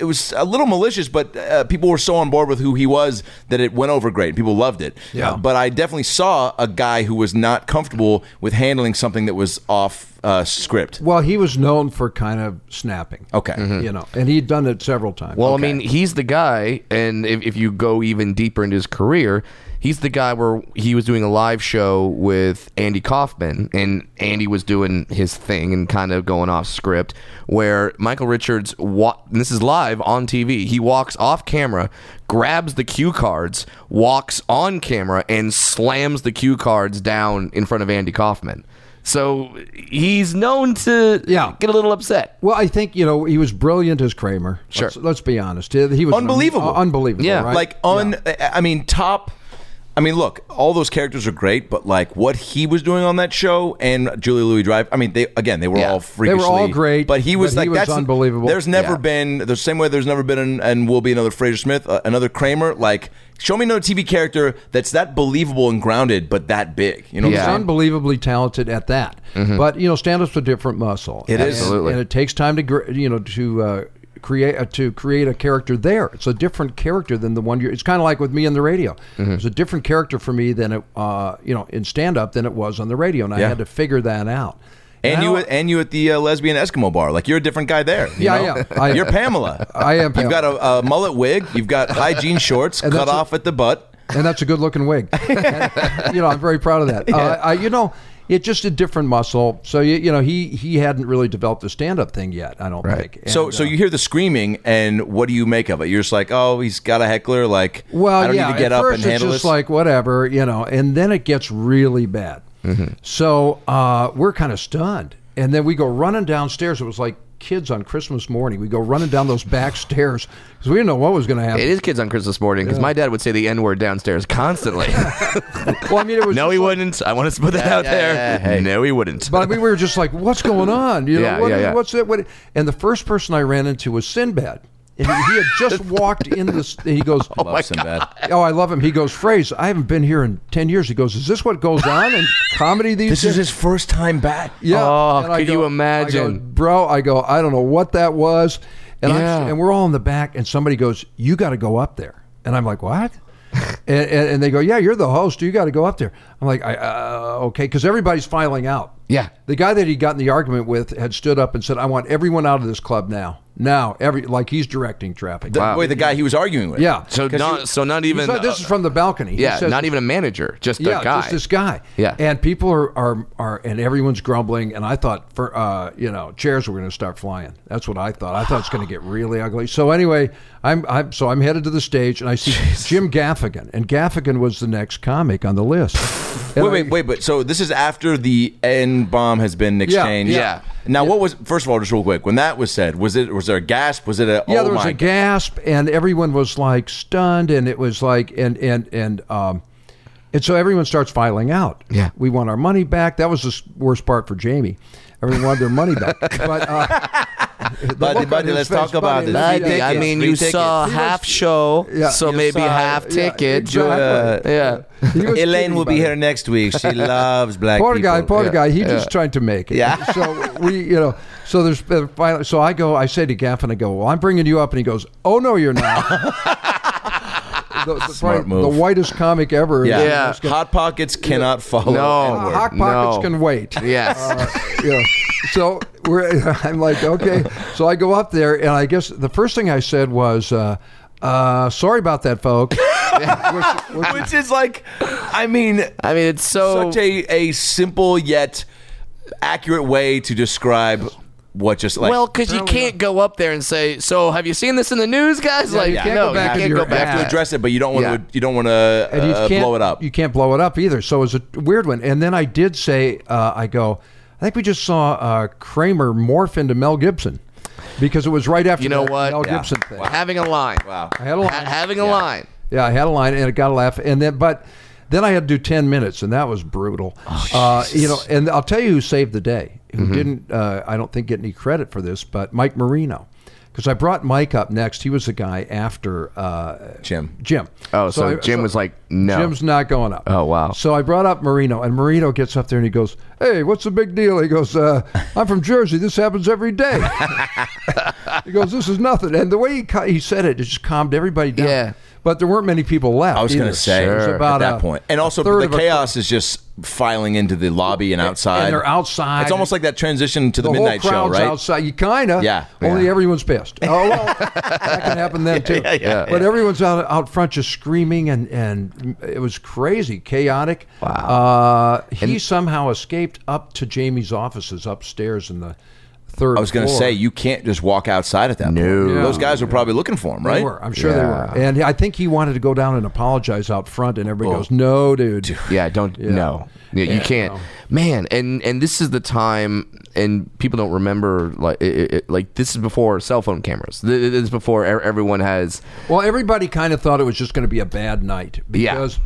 Speaker 2: It was a little malicious, but uh, people were so on board with who he was that it went over great. People loved it.
Speaker 1: Yeah.
Speaker 2: Uh, but I definitely saw a guy who was not comfortable with handling something that was off uh, script.
Speaker 1: Well, he was known for kind of snapping.
Speaker 2: Okay.
Speaker 1: You know, and he'd done it several times.
Speaker 3: Well, I mean, he's the guy, and if, if you go even deeper into his career, he's the guy where he was doing a live show with Andy Kaufman, and Andy was doing his thing and kind of going off script. Where Michael Richards, wa- and this is live on TV, he walks off camera, grabs the cue cards, walks on camera, and slams the cue cards down in front of Andy Kaufman. So he's known to
Speaker 1: Yeah.
Speaker 3: get a little upset.
Speaker 1: well, I think, you know, he was brilliant as Kramer.
Speaker 3: Sure.
Speaker 1: Let's, let's be honest. He he was an-
Speaker 2: Unbelievable.
Speaker 1: uh, unbelievable.
Speaker 3: Yeah.
Speaker 1: right?
Speaker 2: Like un I mean top I mean look, all those characters are great, but like what he was doing on that show and Julie Louis Drive, I mean they again they were
Speaker 3: Yeah.
Speaker 2: all
Speaker 1: They
Speaker 2: freakishly
Speaker 1: were all great,
Speaker 2: but he was
Speaker 1: but
Speaker 2: like
Speaker 1: he was
Speaker 2: that's
Speaker 1: unbelievable.
Speaker 2: There's never
Speaker 3: Yeah.
Speaker 2: been the same way there's never been an, and will be another Fraser Smith, uh, another Kramer like show me another TV character that's that believable and grounded but that big. You know what
Speaker 1: He's
Speaker 3: Yeah.
Speaker 2: I'm saying?
Speaker 1: unbelievably talented at that. But you know, stand-up's a different muscle.
Speaker 2: Mm-hmm. It
Speaker 1: and,
Speaker 2: is.
Speaker 3: Absolutely.
Speaker 1: and it takes time to gr- you know to uh, create uh, to create a character. There, it's a different character than the one you. It's kind of like with me and the radio.
Speaker 2: Mm-hmm.
Speaker 1: It was a different character for me than it uh, you know in stand-up than it was on the radio, and I
Speaker 2: Yeah.
Speaker 1: had to figure that out.
Speaker 2: And you
Speaker 1: Now-
Speaker 2: and you at the uh, lesbian Eskimo bar, like you're a different guy there. you
Speaker 1: Yeah,
Speaker 2: know?
Speaker 1: yeah. I-
Speaker 2: you're Pamela.
Speaker 1: I am
Speaker 2: You've
Speaker 1: Pamela.
Speaker 2: got a, a mullet wig. You've got hygiene shorts
Speaker 1: And
Speaker 2: cut
Speaker 1: that's a-
Speaker 2: off at the butt.
Speaker 1: and that's a good looking wig. And, you know, I'm very proud of that. Uh, I, you know, it's just a different muscle. So you, you know, he he hadn't really developed the stand up thing yet. I don't think. And, uh,
Speaker 2: So, so you hear the screaming, and what do you make of it? You're just like, oh, he's got a heckler. Like,
Speaker 1: Well,
Speaker 2: I don't
Speaker 1: yeah.
Speaker 2: need to get
Speaker 1: at
Speaker 2: up
Speaker 1: first
Speaker 2: and handle
Speaker 1: it's
Speaker 2: this.
Speaker 1: just like whatever, you know, and then it gets really bad.
Speaker 2: Mm-hmm.
Speaker 1: So uh, we're kind of stunned, and then we go running downstairs. It was like kids on Christmas morning. We go running down those back stairs because we didn't know what was going to happen.
Speaker 3: It is kids on Christmas morning because my dad would say the N word downstairs constantly.
Speaker 1: Well, I mean, it was.
Speaker 3: No, he wouldn't. I want to put that out there. No, he wouldn't.
Speaker 1: But we were just like, "What's going on? You know,
Speaker 3: Yeah,
Speaker 1: what-
Speaker 3: yeah, yeah.
Speaker 1: what's that? What?" And the first person I ran into was Sinbad, and he he had just walked in this. And he goes, "Oh
Speaker 2: Loves him bad.
Speaker 1: Oh, I love him. He goes, phrase. I haven't been here in ten years. He goes, is this what goes on in comedy these
Speaker 2: This
Speaker 1: days?
Speaker 2: is his first time back.
Speaker 1: yeah.
Speaker 3: Oh,
Speaker 1: And I
Speaker 3: could
Speaker 1: go-
Speaker 3: you
Speaker 1: I go,
Speaker 3: imagine?
Speaker 1: bro? I go, I don't know what that was, and
Speaker 3: Yeah.
Speaker 1: I'm, and we're all in the back, and somebody goes, you got to go up there, and I'm like, what? and, and, and they go, yeah, you're the host. You got to go up there. I'm like, I, uh, okay, because everybody's filing out.
Speaker 3: Yeah.
Speaker 1: The guy that he got in the argument with had stood up and said, "I want everyone out of this club now, now." Every like he's directing traffic.
Speaker 2: The way the guy he was arguing with.
Speaker 1: Yeah.
Speaker 3: So not so not even
Speaker 1: He's like, this is from the balcony. He
Speaker 3: yeah,
Speaker 1: says-
Speaker 3: not even a manager, just
Speaker 1: yeah,
Speaker 3: a guy.
Speaker 1: just this guy.
Speaker 3: Yeah.
Speaker 1: and people are are, are and everyone's grumbling. And I thought for uh, you know chairs were going to start flying. That's what I thought. I thought it's going to get really ugly. So anyway, I'm I'm so I'm headed to the stage and I see Jim Gaffigan, and Gaffigan was the next comic on the list. And
Speaker 2: Wait,
Speaker 1: I-
Speaker 2: wait, wait! But so this is after the N bomb has been exchanged.
Speaker 3: yeah.
Speaker 2: Now, what was first of all, just real quick, when that was said, was it was there a gasp? Was it a
Speaker 1: yeah,
Speaker 2: oh
Speaker 1: there was
Speaker 2: my
Speaker 1: a gasp, and everyone was like stunned, and it was like, and and and um, and so everyone starts filing out.
Speaker 3: Yeah.
Speaker 1: we want our money back. That was the s- worst part for Jamie. Everyone wanted their money back. But uh, the
Speaker 2: Buddy,
Speaker 1: look on
Speaker 2: buddy,
Speaker 1: his
Speaker 2: let's
Speaker 1: face,
Speaker 2: talk about
Speaker 1: buddy,
Speaker 2: this.
Speaker 1: let's
Speaker 2: Buddy,
Speaker 1: do
Speaker 2: I
Speaker 1: that.
Speaker 2: mean, you saw
Speaker 3: half show,
Speaker 1: Yeah. so
Speaker 2: maybe half
Speaker 1: ticket. exactly.
Speaker 3: yeah.
Speaker 1: He was
Speaker 2: Elaine will be
Speaker 1: kidding
Speaker 2: here next week. She loves black
Speaker 1: poor
Speaker 2: people.
Speaker 1: guy, poor
Speaker 3: Yeah.
Speaker 1: guy. He just tried to make it.
Speaker 2: Yeah.
Speaker 1: So we, you know, so there's uh, finally. So I go, I say to Gaffin, I go, well, I'm bringing you up, and he goes, oh no, you're not. the, the,
Speaker 2: Smart
Speaker 1: probably
Speaker 2: move.
Speaker 1: the whitest comic ever.
Speaker 2: Yeah.
Speaker 3: Yeah.
Speaker 2: Hot pockets cannot follow.
Speaker 3: No.
Speaker 2: N-word.
Speaker 1: Hot pockets
Speaker 3: No.
Speaker 1: can wait. Uh,
Speaker 3: Yes.
Speaker 1: yeah. So we're, I'm like, okay. So I go up there, and I guess the first thing I said was, uh, uh, sorry about that, folks. Which- which-
Speaker 2: Which is like, I mean,
Speaker 3: I mean, it's so
Speaker 2: such a, a simple yet accurate way to describe what just like.
Speaker 3: well because you can't go up there and say, "So have you seen this in the news, guys?" like,
Speaker 1: you can't
Speaker 3: no,
Speaker 1: go back into
Speaker 3: you can't
Speaker 1: your
Speaker 3: go
Speaker 2: you
Speaker 3: back.
Speaker 2: have to
Speaker 1: ad.
Speaker 2: address it, but you don't want
Speaker 3: Yeah.
Speaker 2: to. You don't want to
Speaker 1: and you
Speaker 2: uh,
Speaker 1: can't
Speaker 2: blow it up.
Speaker 1: You can't blow it up either. So it was a weird one. And then I did say, uh, I go, I think we just saw uh, Kramer morph into Mel Gibson because it was right after
Speaker 3: You know
Speaker 1: that
Speaker 3: what?
Speaker 1: Mel
Speaker 3: Yeah.
Speaker 1: Gibson thing.
Speaker 3: Having a line.
Speaker 2: Wow.
Speaker 1: I had a line.
Speaker 3: Ha- having a line.
Speaker 1: Yeah, I had a line, and it got a laugh. And then, but then I had to do ten minutes, and that was brutal.
Speaker 3: Oh,
Speaker 1: uh, you know, and I'll tell you who saved the day. Who
Speaker 3: Mm-hmm.
Speaker 1: didn't? Uh, I don't think get any credit for this, but Mike Marino, because I brought Mike up next. He was the guy after uh,
Speaker 2: Jim.
Speaker 1: Jim.
Speaker 3: Oh, so,
Speaker 1: I-
Speaker 3: Jim was like, "No."
Speaker 1: Jim's not going up.
Speaker 3: Oh, wow.
Speaker 1: So I brought up Marino, and Marino gets up there and he goes, "Hey, what's the big deal?" He goes, uh, "I'm from Jersey. This happens every day." he goes, "This is nothing." And the way he ca- he said it, it just calmed everybody down.
Speaker 3: Yeah.
Speaker 1: But there weren't many people left.
Speaker 2: I was going
Speaker 1: either.
Speaker 2: to say
Speaker 1: It was
Speaker 2: at
Speaker 1: about
Speaker 2: that
Speaker 1: a
Speaker 2: point, and also
Speaker 1: third
Speaker 2: the
Speaker 1: of a-
Speaker 2: chaos is just filing into the lobby and outside.
Speaker 1: they're outside.
Speaker 2: It's almost like that transition to the,
Speaker 1: The
Speaker 2: midnight
Speaker 1: whole
Speaker 2: show,
Speaker 1: crowd's
Speaker 2: right?
Speaker 1: outside. You kind of.
Speaker 2: Yeah.
Speaker 1: Only
Speaker 3: Yeah.
Speaker 1: everyone's pissed. Oh, well, that can happen then too.
Speaker 2: yeah, yeah,
Speaker 1: but everyone's out out front just screaming, and and it was crazy, chaotic. Wow. Uh, he somehow escaped up to Jamie's offices upstairs in the third.
Speaker 2: I was going to say you can't just walk outside at that. No, point.
Speaker 3: Yeah.
Speaker 2: those guys were probably looking for him,
Speaker 1: They
Speaker 2: right?
Speaker 1: were. I'm sure
Speaker 3: Yeah.
Speaker 1: they were. And I think he wanted to go down and apologize out front, and everybody goes, "No, dude."
Speaker 3: Yeah, don't no. Yeah, you can't, man. And and this is the time, and people don't remember like it, it- it, like this is before cell phone cameras. Th- This is before e- everyone has.
Speaker 1: Well, everybody kind of thought it was just going to be a bad night
Speaker 3: Yeah.
Speaker 1: because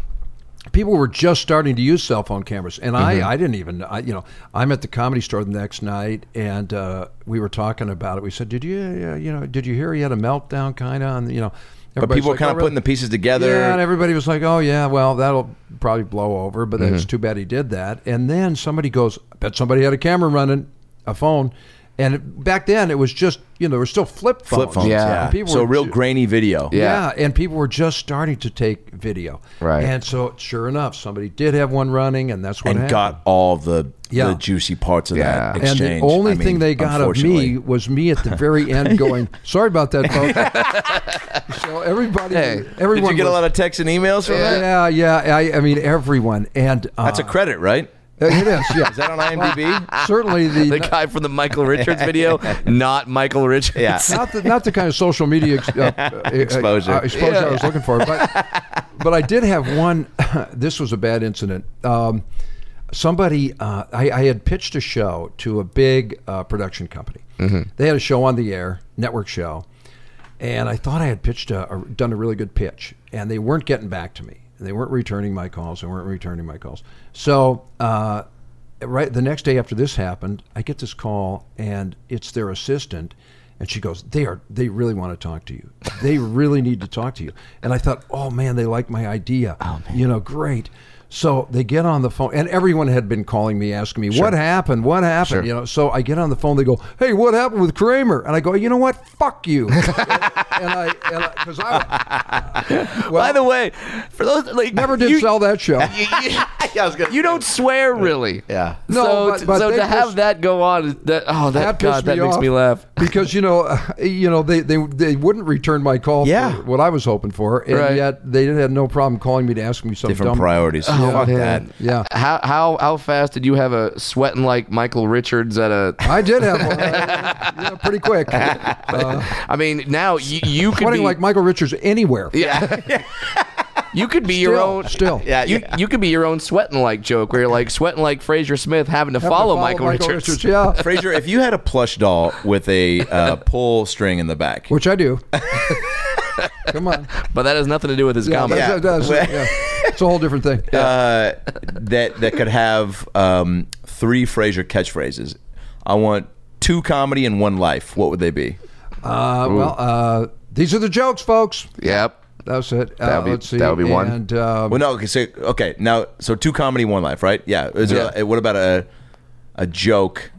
Speaker 1: people were just starting to use cell phone cameras, and
Speaker 2: Mm-hmm.
Speaker 1: I, I didn't even, I, you know, I'm at the comedy store the next night, and uh, we were talking about it. We said, "Did you, uh, you know, did you hear he had a meltdown, kind of?" And you know, "Oh,
Speaker 2: But people were kind of putting the pieces together.
Speaker 1: Yeah, and everybody was like, "Oh yeah, well that'll probably blow over," but
Speaker 2: Mm-hmm.
Speaker 1: it's too bad he did that. And then somebody goes, "I bet somebody had a camera running, a phone." And it- back then, it was just you know there were still flip phones.
Speaker 2: Flip phones,
Speaker 3: Yeah.
Speaker 2: yeah.
Speaker 1: And people
Speaker 2: So
Speaker 1: were
Speaker 2: real
Speaker 1: ju-
Speaker 2: grainy video.
Speaker 3: Yeah.
Speaker 1: yeah. and people were just starting to take video.
Speaker 3: Right.
Speaker 1: And so, sure enough, somebody did have one running, and that's what
Speaker 2: and
Speaker 1: happened.
Speaker 2: got all the
Speaker 1: Yeah.
Speaker 2: the juicy parts of that
Speaker 3: Yeah.
Speaker 1: and
Speaker 2: exchange.
Speaker 1: the only
Speaker 2: I mean,
Speaker 1: thing they got of
Speaker 2: unfortunately.
Speaker 1: me was me at the very end going, "Sorry about that, folks." so everybody,
Speaker 3: Hey,
Speaker 2: Did
Speaker 1: everyone,
Speaker 2: you get a
Speaker 1: was-
Speaker 2: lot of texts and emails from that?
Speaker 1: Yeah, yeah. I, I mean, everyone, and uh,
Speaker 2: That's a credit, right?
Speaker 1: it is. Yeah,
Speaker 2: Is that on IMDb?
Speaker 1: certainly the.
Speaker 3: The guy from the Michael Richards video, not Michael Richards.
Speaker 2: Yeah.
Speaker 1: not the, not the kind of social media ex- uh, uh,
Speaker 2: Exposure.
Speaker 1: uh, exposure I was looking for. But but I did have one. this was a bad incident. Um, somebody uh, I, I had pitched a show to a big uh, production company. They had a show on the air, network show, and I thought I had pitched a, a- done a really good pitch, and they weren't getting back to me. They weren't returning my calls. They weren't returning my calls. So. Uh, right the next day after this happened, I get this call and it's their assistant and she goes, "They are they really want to talk to you. They really need to talk to you." And I thought, "Oh man, they like my idea. You know, great." So they get on the phone and everyone had been calling me asking me, "What happened? What happened?" You know, so I get on the phone they go, "Hey, what happened with Kramer?" And I go, "You know what? Fuck you." I and I because I,
Speaker 2: By the way, for those like
Speaker 1: never did
Speaker 2: you,
Speaker 1: sell that show.
Speaker 2: yeah, I was gonna,
Speaker 3: You don't swear really.
Speaker 2: yeah.
Speaker 1: No,
Speaker 3: so
Speaker 1: but-
Speaker 3: t-
Speaker 1: but
Speaker 3: so
Speaker 1: they
Speaker 3: to have
Speaker 1: just-
Speaker 3: that go on, that oh
Speaker 1: That
Speaker 3: that, God,
Speaker 1: pissed
Speaker 3: that
Speaker 1: me
Speaker 3: makes
Speaker 1: off.
Speaker 3: me laugh.
Speaker 1: because you know, uh, you know they, they they wouldn't return my call
Speaker 2: Yeah.
Speaker 1: for what I was hoping for, and
Speaker 3: Right.
Speaker 1: yet they had no problem calling me to ask me some
Speaker 2: Different
Speaker 1: dumb- Oh,
Speaker 2: priorities. Fuck that.
Speaker 3: man.
Speaker 1: Yeah.
Speaker 3: How how how fast did you have a sweating like Michael Richards at a?
Speaker 1: I did have one, uh, yeah, pretty quick. Uh,
Speaker 3: I mean, now you, you could be
Speaker 1: sweating like Michael Richards anywhere.
Speaker 3: yeah. You could be your
Speaker 1: Still,
Speaker 3: own.
Speaker 1: still.
Speaker 2: Yeah,
Speaker 3: you,
Speaker 2: yeah.
Speaker 3: you could be your own sweating like joke, where you're like sweating like Fraser Smith, having to, follow, Michael, Richards.
Speaker 1: Yeah,
Speaker 2: Fraser, if you had a plush doll with a uh, pull string in the back,
Speaker 1: which I do. Come on.
Speaker 3: But that has nothing to do with his
Speaker 1: Yeah,
Speaker 3: comedy.
Speaker 1: that's- that's- yeah. It's a whole different thing.
Speaker 2: uh, that that could have um, three Fraser catchphrases. I want two comedy and one life. What would they be?
Speaker 1: Uh, well, uh, these are the jokes, folks.
Speaker 3: Yep.
Speaker 1: That's it. Uh,
Speaker 3: That'll be-
Speaker 1: let's see.
Speaker 3: that'll be one.
Speaker 1: And, um,
Speaker 2: Well, no, okay, so, okay. Now, so two comedy, one life, right? Yeah. Is there-
Speaker 3: Yeah.
Speaker 2: what about a a joke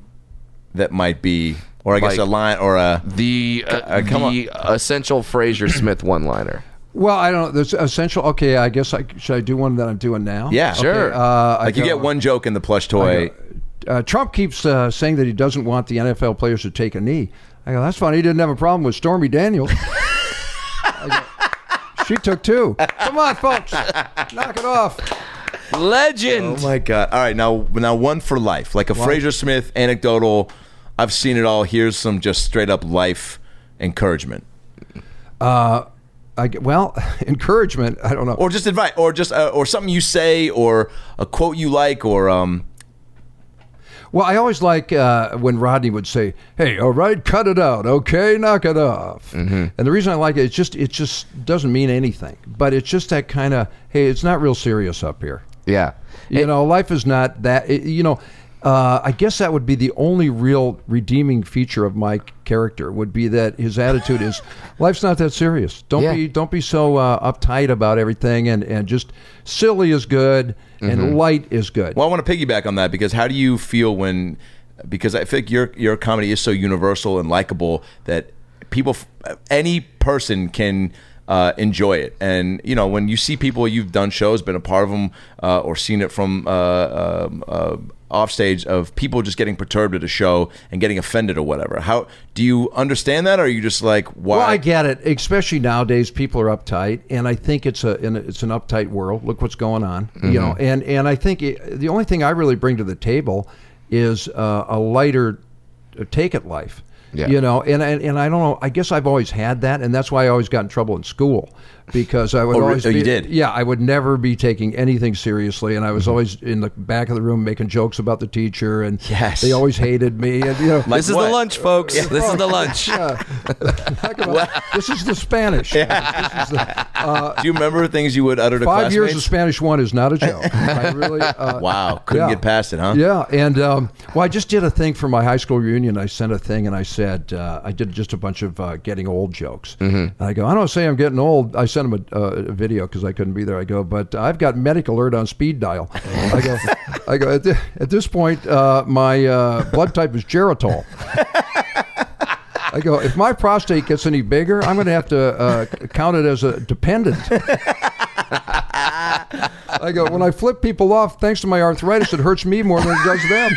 Speaker 2: that might be, or I guess a
Speaker 3: Like-
Speaker 2: line, or a
Speaker 3: The uh,
Speaker 2: uh, come
Speaker 3: the essential Fraser Smith one liner.
Speaker 1: well, I don't know. There's essential. Okay, I guess I should I do one that I'm doing now.
Speaker 2: yeah,
Speaker 3: Sure.
Speaker 1: Uh, I
Speaker 2: Like you
Speaker 1: go-
Speaker 2: get one joke in the plush toy. Oh
Speaker 1: Uh, Trump keeps uh, saying that he doesn't want the NFL players to take a knee. I go, that's funny. He didn't have a problem with Stormy Daniels. I go, she took two. Come on, folks, knock it off.
Speaker 3: Legend.
Speaker 2: Oh my god! All right, now now one for life, like a Fraser Smith anecdotal. I've seen it all. Here's some just straight up life encouragement,
Speaker 1: I get, well, encouragement. I don't know.
Speaker 2: or just advice, or just uh, or something you say, or a quote you like, or um.
Speaker 1: Well, I always like uh, when Rodney would say, "Hey, all right, cut it out. Okay, knock it off." And the reason I like it, it's just it just doesn't mean anything, but it's just that kind of, "Hey, it's not real serious up here."
Speaker 3: Yeah.
Speaker 1: You know, life is not that. It, you know, uh, I guess that would be the only real redeeming feature of my character would be that his attitude is, "Life's not that serious. Don't
Speaker 3: Yeah.
Speaker 1: be don't be so uh, uptight about everything, and and just silly is good, and light is good."
Speaker 2: Well, I want to piggyback on that because how do you feel when? Because I think your your comedy is so universal and likable that people, any person can. Uh, enjoy it, and you know when you see people you've done shows, been a part of them, uh, or seen it from uh, um, uh, offstage of people just getting perturbed at a show and getting offended or whatever. How do you understand that, or are you just like, why?
Speaker 1: Well, I get it, especially nowadays. People are uptight, and I think it's a an, it's an uptight world. Look what's going on,
Speaker 2: Mm-hmm.
Speaker 1: you know. And and I think it, the only thing I really bring to the table is uh, a lighter take at life,
Speaker 3: Yeah.
Speaker 1: you know. And, and and I don't know. I guess I've always had that, and that's why I always got in trouble in school because I would
Speaker 2: Oh, re-
Speaker 1: always.
Speaker 2: oh, you
Speaker 1: be,
Speaker 2: did? Mm-hmm.
Speaker 1: Yeah, I would never be taking anything seriously, and I was always in the back of the room making jokes about the teacher, and
Speaker 2: Yes.
Speaker 1: they always hated me, and you know.
Speaker 2: Like
Speaker 3: this is
Speaker 2: what?
Speaker 3: the lunch, folks. This is the lunch.
Speaker 1: talk about- this is the Spanish. This is the, uh,
Speaker 2: do you remember things you would utter to
Speaker 1: Five years of
Speaker 2: classmates?
Speaker 1: Spanish one is not a joke. I really, uh,
Speaker 2: wow, couldn't
Speaker 1: Yeah.
Speaker 2: get past it, huh?
Speaker 1: Yeah, and um, well, I just did a thing for my high school reunion. I sent a thing, and I said uh, I did just a bunch of uh, getting old jokes.
Speaker 2: Mm-hmm.
Speaker 1: And I go, I don't say I'm getting old. I sent him a, uh, a video because I couldn't be there. I go, but I've got medic alert on speed dial. I go, I go. At, thi- at this point, uh, my uh, blood type is geritol. I go, if my prostate gets any bigger, I'm going to have to uh, count it as a dependent. I go, when I flip people off, thanks to my arthritis, it hurts me more than it does them.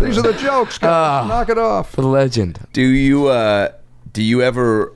Speaker 1: These are the jokes. guys. Knock it off.
Speaker 3: The legend.
Speaker 2: Do you uh, do you ever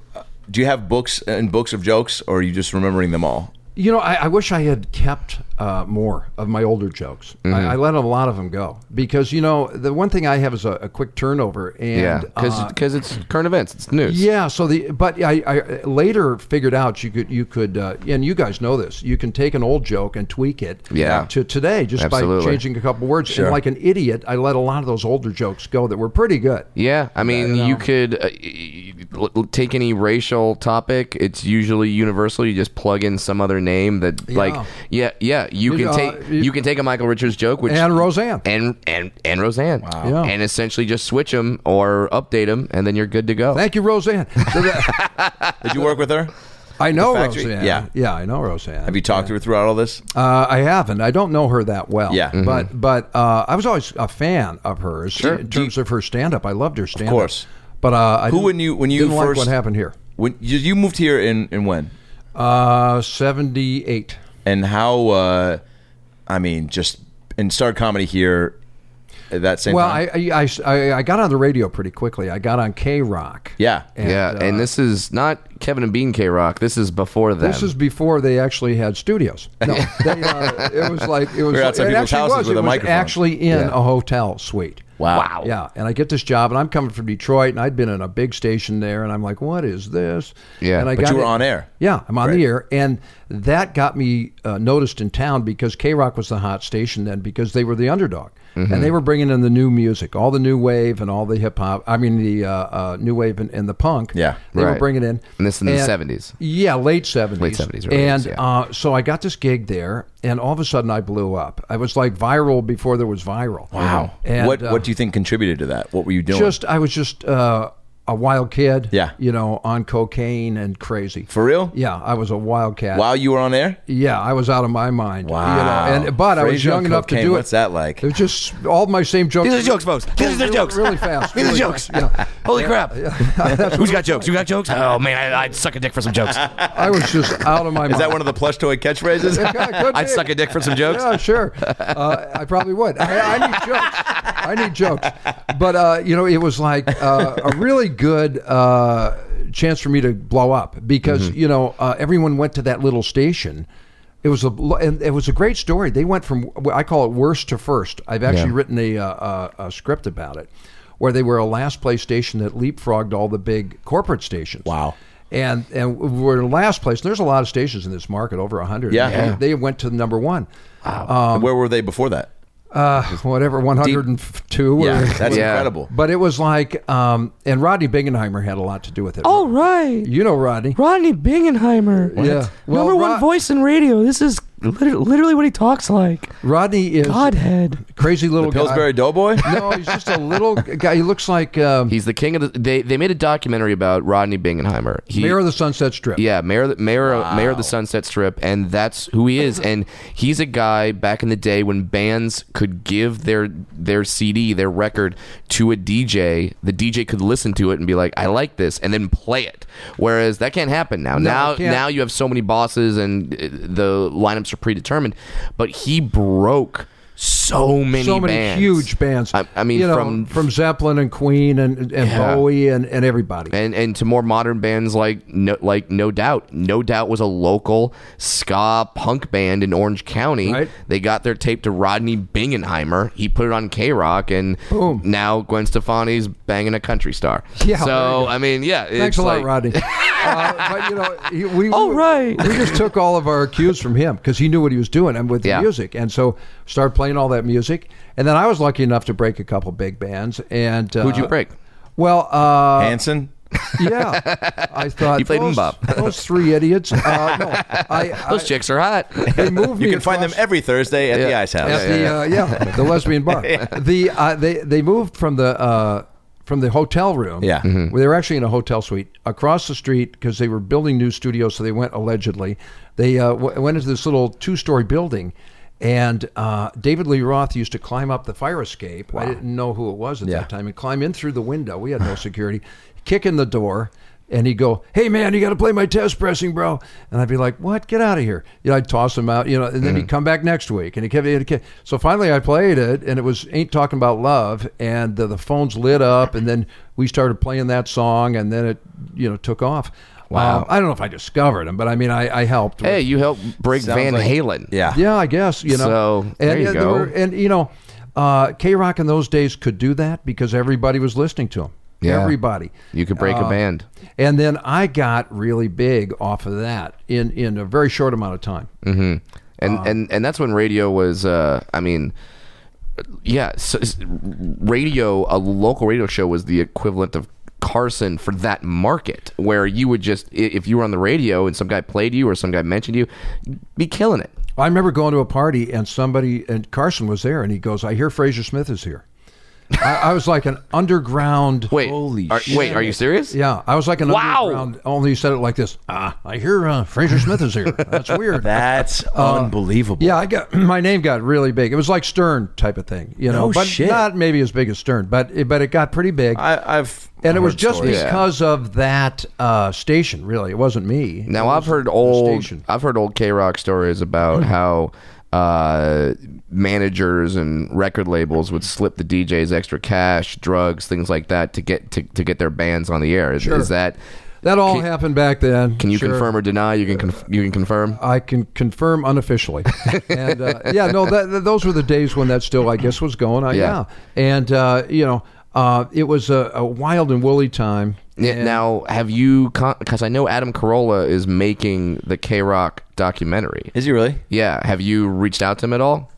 Speaker 2: do you have books and books of jokes, or are you just remembering them all?
Speaker 1: You know, I, I wish I had kept uh, more of my older jokes. I, I let a lot of them go because, you know, the one thing I have is a, a quick turnover. And,
Speaker 3: Yeah. Because
Speaker 1: uh,
Speaker 3: it's current events. It's news.
Speaker 1: Yeah. So the but I, I later figured out you could you could uh, and you guys know this. You can take an old joke and tweak it.
Speaker 3: Yeah.
Speaker 1: To today, just
Speaker 3: Absolutely.
Speaker 1: by changing a couple words. And like an idiot, I let a lot of those older jokes go that were pretty good.
Speaker 3: Yeah, I mean,
Speaker 1: um,
Speaker 3: you could uh, y- y- l- take any racial topic. It's usually universal. You just plug in some other name that, like, yeah, yeah, you
Speaker 1: You-
Speaker 3: can
Speaker 1: uh,
Speaker 3: take
Speaker 1: you-
Speaker 3: you can take a Michael Richards joke, which
Speaker 1: And Roseanne.
Speaker 3: and and, and Roseanne,
Speaker 1: Yeah.
Speaker 3: and essentially just switch them or update them, and then you're good to go.
Speaker 1: Thank you, Roseanne. So that-
Speaker 2: Did you work with her?
Speaker 1: I know
Speaker 2: The factory?
Speaker 1: Roseanne.
Speaker 2: Yeah.
Speaker 1: Yeah, I know Roseanne.
Speaker 2: Have you talked to her throughout all this?
Speaker 1: Uh, I haven't. I don't know her that well.
Speaker 2: Yeah. Mhm.
Speaker 1: But but uh, I was always a fan of hers in
Speaker 2: Do
Speaker 1: terms of her stand up. I loved her stand up.
Speaker 2: course.
Speaker 1: But uh, I
Speaker 2: Who
Speaker 1: didn't-
Speaker 2: when you- when you
Speaker 1: didn't like
Speaker 2: first-
Speaker 1: what happened here?
Speaker 2: When you, you moved here in in when
Speaker 1: Uh, seventy eight.
Speaker 2: and how? Uh, I mean, just and start comedy here at that same
Speaker 1: Well,
Speaker 2: time.
Speaker 1: I, I- I, I, I got on the radio pretty quickly. I got on K Rock.
Speaker 2: yeah,
Speaker 3: yeah,
Speaker 1: uh,
Speaker 3: and this is not Kevin and Bean K Rock. This is before them.
Speaker 1: This is before they actually had studios. No, they, uh, it was like it was.
Speaker 2: were outside
Speaker 1: it
Speaker 2: people's
Speaker 1: actually
Speaker 2: houses
Speaker 1: was.
Speaker 2: with
Speaker 1: it
Speaker 2: a
Speaker 1: was
Speaker 2: microphone.
Speaker 1: actually in
Speaker 3: Yeah.
Speaker 1: a hotel suite.
Speaker 2: wow,
Speaker 1: Yeah, and I get this job, and I'm coming from Detroit, and I'd been in a big station there, and I'm like, "What is this?"
Speaker 3: Yeah,
Speaker 1: and I
Speaker 3: but
Speaker 1: got
Speaker 2: you were
Speaker 1: it-
Speaker 2: on air.
Speaker 1: Yeah, I'm on
Speaker 2: Right.
Speaker 1: the air, and that got me uh, noticed in town because K Rock was the hot station then because they were the underdog, and they were bringing in the new music, all the new wave and all the hip hop. I mean, the uh, uh, new wave and, and the punk.
Speaker 2: Yeah.
Speaker 1: they
Speaker 3: Right.
Speaker 1: were bringing in.
Speaker 3: And this in the 70s.
Speaker 1: Yeah, late seventies.
Speaker 3: Late 70s, early
Speaker 1: And
Speaker 3: 80s, yeah.
Speaker 1: uh, so I got this gig there, and all of a sudden I blew up. I was like viral before there was viral.
Speaker 2: wow.
Speaker 1: And,
Speaker 2: what
Speaker 1: uh,
Speaker 2: what do you think contributed to that? What were you doing?
Speaker 1: just I was just uh, a wild kid.
Speaker 2: Yeah.
Speaker 1: you know, on cocaine and crazy.
Speaker 2: for real?
Speaker 1: yeah, I was a wildcat.
Speaker 2: While you were on air?
Speaker 1: Yeah, I was out of my mind.
Speaker 2: Wow.
Speaker 1: You know, and but I was
Speaker 2: Crazy on
Speaker 1: young enough to
Speaker 2: cocaine,
Speaker 1: do it.
Speaker 2: what's that like?
Speaker 1: It was just all my same jokes.
Speaker 4: These are jokes, folks. These are the
Speaker 1: Really-
Speaker 4: jokes.
Speaker 1: Really fast.
Speaker 4: These are
Speaker 1: really
Speaker 4: jokes.
Speaker 1: fast, Yeah.
Speaker 4: Holy crap. Who's got jokes? You got jokes? Oh, man, I, I'd suck a dick for some jokes.
Speaker 1: I was just out of my mind.
Speaker 2: Is that one of the plush toy catchphrases?
Speaker 4: I'd suck a dick for some jokes.
Speaker 1: Yeah, sure. Uh, I probably would. I, I need jokes. I need jokes. But uh, you know, it was like uh, a really good uh, chance for me to blow up because
Speaker 2: Mm-hmm.
Speaker 1: you know uh, everyone went to that little station. It was a lo- and it was a great story. They went from I call it worst to first. I've actually written a, uh a, a script about it, where they were a last place station that leapfrogged all the big corporate stations.
Speaker 2: Wow.
Speaker 1: And and we're in last place. There's a lot of stations in this market, over hundred.
Speaker 2: Yeah.
Speaker 1: They went to number one. Um,
Speaker 2: Where were they before that?
Speaker 1: Uh, whatever, 102.
Speaker 2: Yeah,
Speaker 1: or,
Speaker 2: that's
Speaker 3: Yeah.
Speaker 2: incredible.
Speaker 1: but it was like, um, and Rodney Bingenheimer had a lot to do with it.
Speaker 5: All right.
Speaker 1: You know Rodney.
Speaker 5: Oh, Rodney Bingenheimer.
Speaker 1: Yeah. Well,
Speaker 5: Number
Speaker 1: Rod-
Speaker 5: one voice in radio. This is literally, literally what he talks like.
Speaker 1: Rodney is
Speaker 5: Godhead.
Speaker 1: crazy little
Speaker 2: Pillsbury Doughboy?
Speaker 1: guy. No, he's just a little guy. He looks like um,
Speaker 3: He's the king of the. They, they made a documentary about Rodney Bingenheimer. He,
Speaker 1: Mayor of the Sunset Strip.
Speaker 3: Yeah, mayor, of the- mayor, of- mayor of the Sunset Strip, and that's who he is. And he's a guy back in the day when bands could give their their CD, their record, to a DJ. The DJ could listen to it and be like, "I like this," and then play it. Whereas that can't happen now. now,
Speaker 1: it can't.
Speaker 3: now you have so many bosses, and uh, the lineups are predetermined. But he broke so many,
Speaker 1: so many
Speaker 3: bands.
Speaker 1: huge bands.
Speaker 3: I, I mean,
Speaker 1: You know,
Speaker 3: from
Speaker 1: from Zeppelin and Queen and, and
Speaker 3: Yeah.
Speaker 1: Bowie and, and everybody.
Speaker 3: and and to more modern bands like no like no doubt no doubt was a local ska punk band in orange county
Speaker 1: Right.
Speaker 3: they got their tape to rodney bingenheimer he put it on k-rock and
Speaker 1: Boom.
Speaker 3: now gwen stefani's banging a country star
Speaker 1: Yeah, there you
Speaker 3: so
Speaker 1: go.
Speaker 3: i mean yeah it's
Speaker 1: Thanks a
Speaker 3: like-
Speaker 1: lot, Rodney. uh, but you know, he- we
Speaker 5: All
Speaker 1: we-
Speaker 5: right.
Speaker 1: We just took all of our cues from him because he knew what he was doing and with
Speaker 3: Yeah.
Speaker 1: the music, and so started playing all that music. And then I was lucky enough to break a couple big bands. And uh,
Speaker 3: who'd you break
Speaker 1: Well, uh,
Speaker 2: Hanson?
Speaker 1: yeah, I thought
Speaker 3: You played
Speaker 1: those,
Speaker 3: Mbop.
Speaker 1: those three idiots. Uh, no, I, I,
Speaker 3: those chicks are hot
Speaker 1: they moved
Speaker 2: You
Speaker 1: me
Speaker 2: can find them
Speaker 1: across-
Speaker 2: every Thursday at the Ice House.
Speaker 1: at the uh, yeah the lesbian bar. The uh, they they moved from the uh, from the hotel room.
Speaker 2: Yeah. Mhm.
Speaker 1: where they were actually in a hotel suite across the street because they were building new studios. So they went allegedly. They uh, w- went into this little two story building. And uh, David Lee Roth used to climb up the fire escape. I didn't know who it was at
Speaker 2: Yeah.
Speaker 1: that time, and climb in through the window. We had no security. Kick in the door, and he'd go, "Hey man, you got to play my test pressing, bro." And I'd be like, "What? Get out of here!" You know, I'd toss him out. You know, and then
Speaker 3: Mm-hmm.
Speaker 1: he'd come back next week, and he kept, he kept. So finally, I played it, and it was "Ain't Talking About Love," and the, the phones lit up, and then we started playing that song, and then it, you know, took off. Wow. I don't know if I discovered him, but I mean, I, I helped. with-
Speaker 3: hey you helped break
Speaker 2: Sounds
Speaker 3: van
Speaker 2: like-
Speaker 3: halen
Speaker 2: Yeah.
Speaker 1: yeah, I guess you know.
Speaker 3: So,
Speaker 1: and,
Speaker 3: there you
Speaker 1: yeah,
Speaker 3: go.
Speaker 1: Were, and you know, uh, K Rock in those days could do that because everybody was listening to him.
Speaker 3: Yeah.
Speaker 1: Everybody.
Speaker 3: you could break
Speaker 1: Uh,
Speaker 3: a band
Speaker 1: And then I got really big off of that in in a very short amount of time.
Speaker 3: Mm. Mm-hmm. and
Speaker 2: Um,
Speaker 3: and and that's when radio was uh i mean yeah so, s- radio a local radio show was the equivalent of carson for that market where you would just i- if you were on the radio and some guy played you or some guy mentioned you be killing it
Speaker 1: I remember going to a party and somebody and Carson was there and he goes, "I hear Fraser Smith is here." I, I was like an underground.
Speaker 3: Wait,
Speaker 2: Holy
Speaker 3: are, wait,
Speaker 2: shit.
Speaker 3: are you serious?
Speaker 1: Yeah, I was like an
Speaker 4: Wow.
Speaker 1: underground. Only you said it like this. Ah, I hear uh, Fraser Smith is here. That's weird.
Speaker 2: That's
Speaker 1: Uh,
Speaker 2: unbelievable.
Speaker 1: Yeah, I got my name got really big. It was like Stern type of thing, you know,
Speaker 2: No
Speaker 1: but
Speaker 2: shit.
Speaker 1: not maybe as big as Stern, but it, but it got pretty big.
Speaker 2: I, I've
Speaker 1: and it was
Speaker 2: heard
Speaker 1: just
Speaker 2: stories.
Speaker 1: because of that uh, station, really. It wasn't me. It
Speaker 3: Now I've
Speaker 1: was
Speaker 3: heard
Speaker 1: the
Speaker 3: old
Speaker 1: station. Mm-hmm.
Speaker 3: I've heard old K Rock stories about how uh, managers and record labels would slip the DJs extra cash, drugs, things like that to get to, to get their bands on the air. Is, is that
Speaker 1: That all happened back then.
Speaker 3: can you
Speaker 1: Sure.
Speaker 3: confirm or deny? You can conf- you can confirm.
Speaker 1: I can confirm unofficially. and uh, yeah, no, that, that- those were the days when that still, I guess, was going. on.
Speaker 3: Yeah.
Speaker 1: yeah. and uh, you know, uh, it was a, a wild and woolly time.
Speaker 3: Yeah, now, have you? Because I know Adam Carolla is making the K Rock documentary.
Speaker 2: Is he really?
Speaker 3: Yeah, have you reached out to him at all?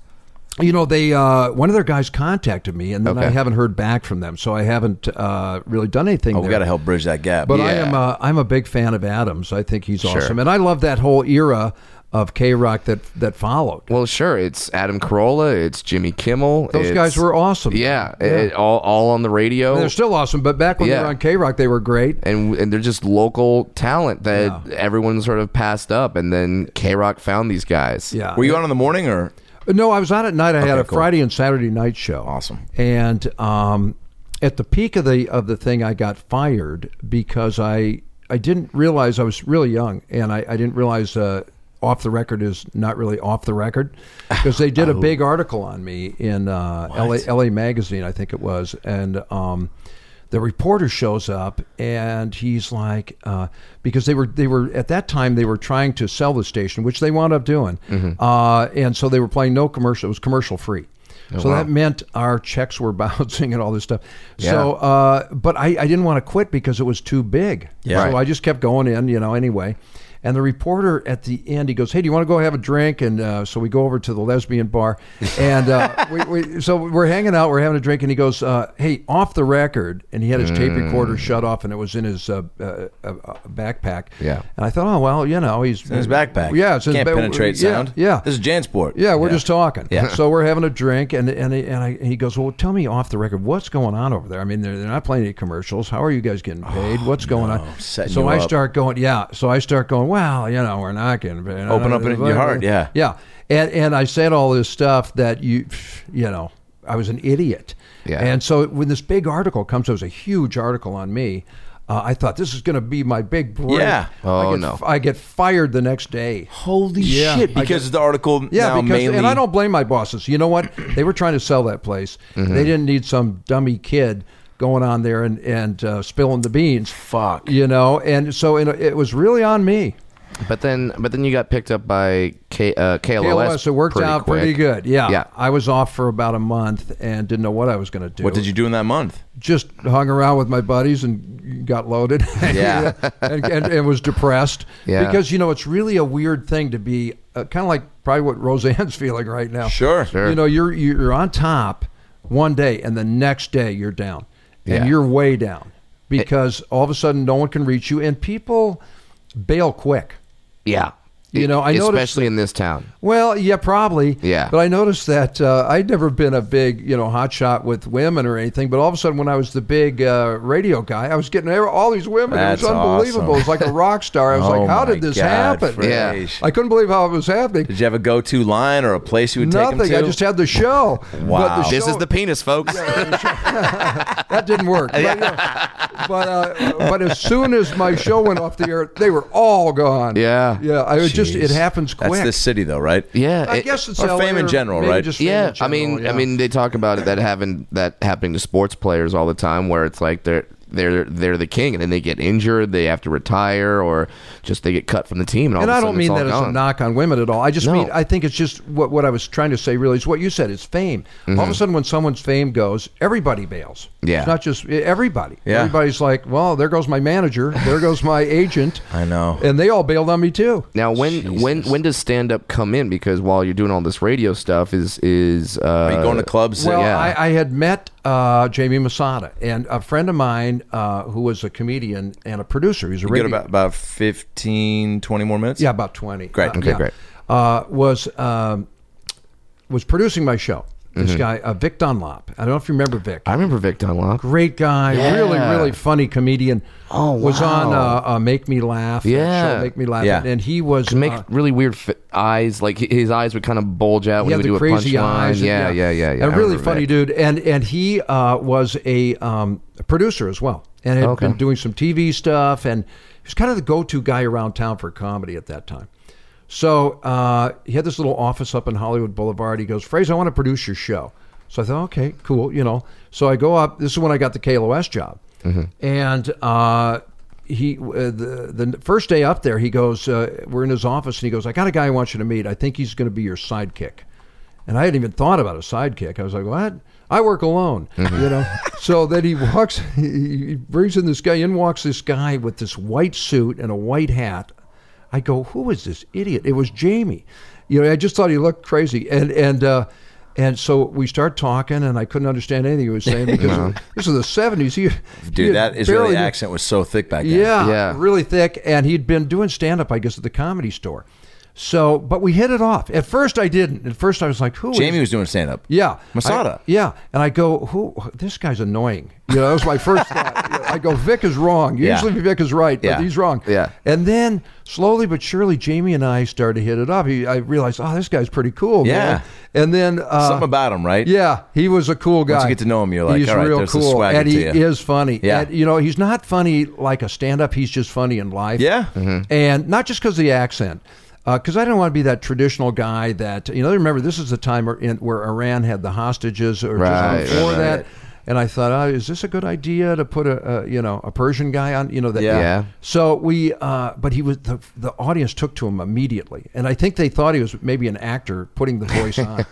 Speaker 1: You know, they uh, one of their guys contacted me, and then I
Speaker 3: Okay.
Speaker 1: haven't heard back from them, so I haven't uh, really done anything.
Speaker 2: Oh, we
Speaker 1: there.
Speaker 2: got to help bridge that gap.
Speaker 1: But
Speaker 2: yeah.
Speaker 1: I am a, I'm a big fan of Adams. I think he's awesome, and I love that whole era of K Rock that that followed.
Speaker 3: Well, sure. It's Adam Carolla. It's Jimmy Kimmel.
Speaker 1: Those
Speaker 3: it's-
Speaker 1: guys were awesome.
Speaker 3: Yeah, it- all all on the radio.
Speaker 2: Oh.
Speaker 1: they're still awesome, but back when
Speaker 3: Yeah.
Speaker 1: they were on K Rock, they were great.
Speaker 3: and and they're just local talent that everyone sort of passed up, and then K Rock found these guys.
Speaker 1: Yeah.
Speaker 2: Were you on in the morning or?
Speaker 1: No, I was on at night. I had
Speaker 2: Okay,
Speaker 1: a
Speaker 2: cool.
Speaker 1: Friday and Saturday night show.
Speaker 2: Awesome.
Speaker 1: And um, at the peak of the of the thing, I got fired because I I didn't realize I was really young, and I, I didn't realize uh, off the record is not really off the record because they did a big article on me in uh, LA LA magazine, I think it was, and. Um, the reporter shows up and he's like uh, because they were they were at that time they were trying to sell the station which they wound up doing uh, and so they were playing no commercial it was commercial free
Speaker 2: Oh,
Speaker 1: so that meant our checks were bouncing and all this stuff so uh, but I, I didn't want to quit because it was too big
Speaker 2: Yeah.
Speaker 1: so i just kept going in you know anyway and the reporter at the end, he goes, "Hey, do you want to go have a drink?" And uh, so we go over to the lesbian bar, and uh, we, we, so we're hanging out, we're having a drink, and he goes, uh, "Hey, off the record," and he had his tape
Speaker 2: Mm.
Speaker 1: recorder shut off, and it was in his uh, uh, uh, backpack.
Speaker 3: Yeah.
Speaker 1: and I thought, oh well, you know, he's
Speaker 2: In his backpack.
Speaker 1: Yeah, it's in his
Speaker 2: Can't
Speaker 1: ba-
Speaker 2: penetrate
Speaker 1: yeah,
Speaker 2: sound.
Speaker 1: Yeah,
Speaker 2: This is Jansport.
Speaker 1: yeah, we're just talking.
Speaker 2: Yeah.
Speaker 1: So we're having a drink, and and he- and, I, he goes, "Well, tell me off the record, what's going on over there? I mean, they're, they're not playing any commercials. How are you guys getting paid? What's going on?"
Speaker 2: Oh, setting
Speaker 1: So
Speaker 2: you
Speaker 1: I
Speaker 2: up.
Speaker 1: start going, yeah. So I start going, well, you know, we're not getting paid.
Speaker 2: Open up in your heart, yeah.
Speaker 1: yeah. And and I said all this stuff that you, you know, I was an idiot.
Speaker 3: Yeah.
Speaker 1: And so when this big article comes, it was a huge article on me. Uh, I thought this is going to be my big break.
Speaker 2: Yeah.
Speaker 3: Oh,
Speaker 1: I get,
Speaker 3: no.
Speaker 1: I get fired the next day.
Speaker 2: Holy
Speaker 1: Yeah,
Speaker 2: shit!
Speaker 1: I
Speaker 2: Because the article
Speaker 1: Yeah,
Speaker 2: now
Speaker 1: because
Speaker 2: mainly
Speaker 1: and I don't blame my bosses. You know what? They were trying to sell that place.
Speaker 2: Mm-hmm.
Speaker 1: They didn't need some dummy kid going on there and and uh, spilling the beans.
Speaker 2: Fuck.
Speaker 1: You know, and so and it was really on me.
Speaker 3: But then, but then you got picked up by K, uh, KLOS.
Speaker 1: KLOS, it worked
Speaker 3: pretty
Speaker 1: out
Speaker 3: quick.
Speaker 1: pretty good. Yeah.
Speaker 3: Yeah.
Speaker 1: I was off for about a month and didn't know what I was going to do.
Speaker 2: What did you do in that month?
Speaker 1: Just hung around with my buddies and got loaded.
Speaker 2: Yeah.
Speaker 1: and, and, and was depressed.
Speaker 3: Yeah.
Speaker 1: Because, you know, it's really a weird thing to be uh, kind of like probably what Roseanne's feeling right now.
Speaker 2: Sure.
Speaker 1: You know, you're you're on top one day, and the next day you're down,
Speaker 3: Yeah.
Speaker 1: and you're way down because all of a sudden no one can reach you, and people bail quick.
Speaker 3: Yeah.
Speaker 1: You know, I noticed-
Speaker 3: especially in this town.
Speaker 1: Well, yeah, probably.
Speaker 3: Yeah.
Speaker 1: But I noticed that uh, I'd never been a big, you know, hotshot with women or anything. But all of a sudden, when I was the big uh, radio guy, I was getting all these women.
Speaker 2: That's
Speaker 1: it was unbelievable.
Speaker 2: awesome.
Speaker 1: It was like a rock star. I was
Speaker 2: Oh
Speaker 1: like, how
Speaker 2: my
Speaker 1: did this
Speaker 2: God,
Speaker 1: happen?
Speaker 2: Fresh.
Speaker 3: Yeah.
Speaker 1: I couldn't believe how it was happening.
Speaker 2: Did you have a go-to line or a place you would take
Speaker 1: Nothing.
Speaker 2: them
Speaker 1: I
Speaker 2: to?
Speaker 1: just had the show. But
Speaker 2: Wow.
Speaker 1: the
Speaker 4: This
Speaker 1: show-
Speaker 4: is the penis, folks.
Speaker 1: that didn't work. But, yeah. but, uh, but as soon as my show went off the air, they were all gone.
Speaker 3: Yeah.
Speaker 1: yeah. I was just it
Speaker 2: Jeez.
Speaker 1: happens quick.
Speaker 2: That's this city, though, right?
Speaker 3: Yeah.
Speaker 1: I
Speaker 3: it-
Speaker 1: guess it's
Speaker 2: or
Speaker 1: LA
Speaker 2: fame in general,
Speaker 1: maybe
Speaker 2: right?
Speaker 1: just fame in
Speaker 3: Yeah, I
Speaker 1: general,
Speaker 3: mean,
Speaker 1: yeah.
Speaker 3: I mean, they talk about it that having that happening to sports players all the time, where it's like they're they're they're the king, and then they get injured, they have to retire, or just they get cut from the team. And, all
Speaker 1: and
Speaker 3: of a
Speaker 1: I
Speaker 3: sudden
Speaker 1: don't mean
Speaker 3: it's all
Speaker 1: that as a
Speaker 3: gone.
Speaker 1: knock on women at all. I just
Speaker 3: No.
Speaker 1: mean I think it's just what what I was trying to say. Really, is what you said. It's fame. All of a sudden, when someone's fame goes, everybody bails.
Speaker 3: Mm-hmm. Yeah.
Speaker 1: it's not just e, everybody.
Speaker 2: Yeah.
Speaker 1: everybody's like, well, there goes my manager, there goes my agent.
Speaker 2: I know.
Speaker 1: and they all bailed on me too.
Speaker 3: Now, when when when does stand up come in? Because while you're doing all this radio stuff, is is uh,
Speaker 2: Are you going to clubs?
Speaker 1: Well,
Speaker 3: yeah.
Speaker 1: I, I had met uh, Jamie Masada and a friend of mine uh, who was a comedian and a producer. He's a
Speaker 2: we get
Speaker 1: radio.
Speaker 2: about about 15, 20 more minutes.
Speaker 1: yeah, about twenty.
Speaker 2: Great.
Speaker 1: Uh,
Speaker 2: Okay,
Speaker 1: yeah.
Speaker 3: great.
Speaker 1: Uh, was um, was producing my show, This guy, uh, Vic Dunlop. I don't know if you remember Vic.
Speaker 3: Mm-hmm. I remember Vic Dunlop.
Speaker 1: Great guy, really,
Speaker 3: Yeah.
Speaker 1: really funny comedian.
Speaker 3: Oh,
Speaker 1: Was on
Speaker 3: wow.
Speaker 1: uh, uh, Make Me Laugh. that
Speaker 3: Yeah.
Speaker 1: show Make Me Laugh.
Speaker 2: Yeah.
Speaker 1: And, and he was
Speaker 3: To make
Speaker 1: uh,
Speaker 3: really weird fi- eyes, like hi- his eyes would kind of bulge out
Speaker 1: he
Speaker 3: when
Speaker 1: had
Speaker 3: he
Speaker 1: the
Speaker 3: would do a
Speaker 1: crazy
Speaker 3: punchline.
Speaker 1: eyes.
Speaker 3: Yeah, yeah, yeah, yeah. I
Speaker 1: A really
Speaker 3: remember
Speaker 1: funny
Speaker 3: Vic.
Speaker 1: dude, and and he uh, was a um, producer as well, and had
Speaker 3: Okay.
Speaker 1: been doing some TV stuff, and he was kind of the go-to guy around town for comedy at that time. So uh, he had this little office up in Hollywood Boulevard. He goes, "Fraser, I want to produce your show." So I thought, okay, cool, you know. So I go up. This is when I got the KLOS job, and uh, he uh, the the first day up there, he goes, uh, we're in his office, and he goes, "I got a guy I want you to meet. I think he's going to be your sidekick." And I hadn't even thought about a sidekick. I was like, what? I work alone,
Speaker 2: Mm-hmm.
Speaker 1: you know. so then he walks, he he brings in this guy. In walks this guy with this white suit and a white hat. I go, who is this idiot? It was Jamie. You know, I just thought he looked crazy. And and uh, and so we start talking, and I couldn't understand anything he was saying because this is the seventies. He, he
Speaker 2: Dude,
Speaker 1: had
Speaker 2: that Israeli
Speaker 1: barely-
Speaker 2: accent was so thick back then.
Speaker 1: yeah,
Speaker 3: Yeah.
Speaker 1: really thick. And he'd been doing stand up, I guess, at the comedy store. So, but we hit it off. At first, I didn't. At first, I was like, "Who is
Speaker 2: Jamie was doing stand up.
Speaker 1: yeah.
Speaker 2: Masada.
Speaker 1: I- yeah. And I go, who? This guy's annoying. You know, that was my first thought. I go, Vic is wrong.
Speaker 2: Yeah.
Speaker 1: Usually Vic is right, but
Speaker 2: Yeah.
Speaker 1: he's wrong.
Speaker 3: Yeah.
Speaker 1: And then slowly but surely, Jamie and I started to hit it off. He, I realized, oh, this guy's pretty cool. man." And then uh,
Speaker 2: Something about him, right?
Speaker 1: yeah, he was a cool guy.
Speaker 2: you get to know him, you're like,
Speaker 1: he's
Speaker 2: all right,
Speaker 1: real
Speaker 2: there's the
Speaker 1: cool,
Speaker 2: swagger
Speaker 1: and
Speaker 2: to
Speaker 1: he
Speaker 2: you.
Speaker 1: is funny.
Speaker 2: Yeah.
Speaker 1: and, you know, he's not funny like a stand-up. He's just funny in life.
Speaker 2: Yeah.
Speaker 3: Mm-hmm.
Speaker 1: and not just because of the accent. Because I didn't want to be that traditional guy that you know. Remember, this is the time where- in, where Iran had the hostages, or
Speaker 3: Right,
Speaker 1: just before
Speaker 3: right,
Speaker 1: that. And I thought, oh, is this a good idea to put a, a you know a Persian guy on? You know that.
Speaker 2: Yeah.
Speaker 3: Yeah.
Speaker 1: So we, uh, but he was the the audience took to him immediately, and I think they thought he was maybe an actor putting the voice on,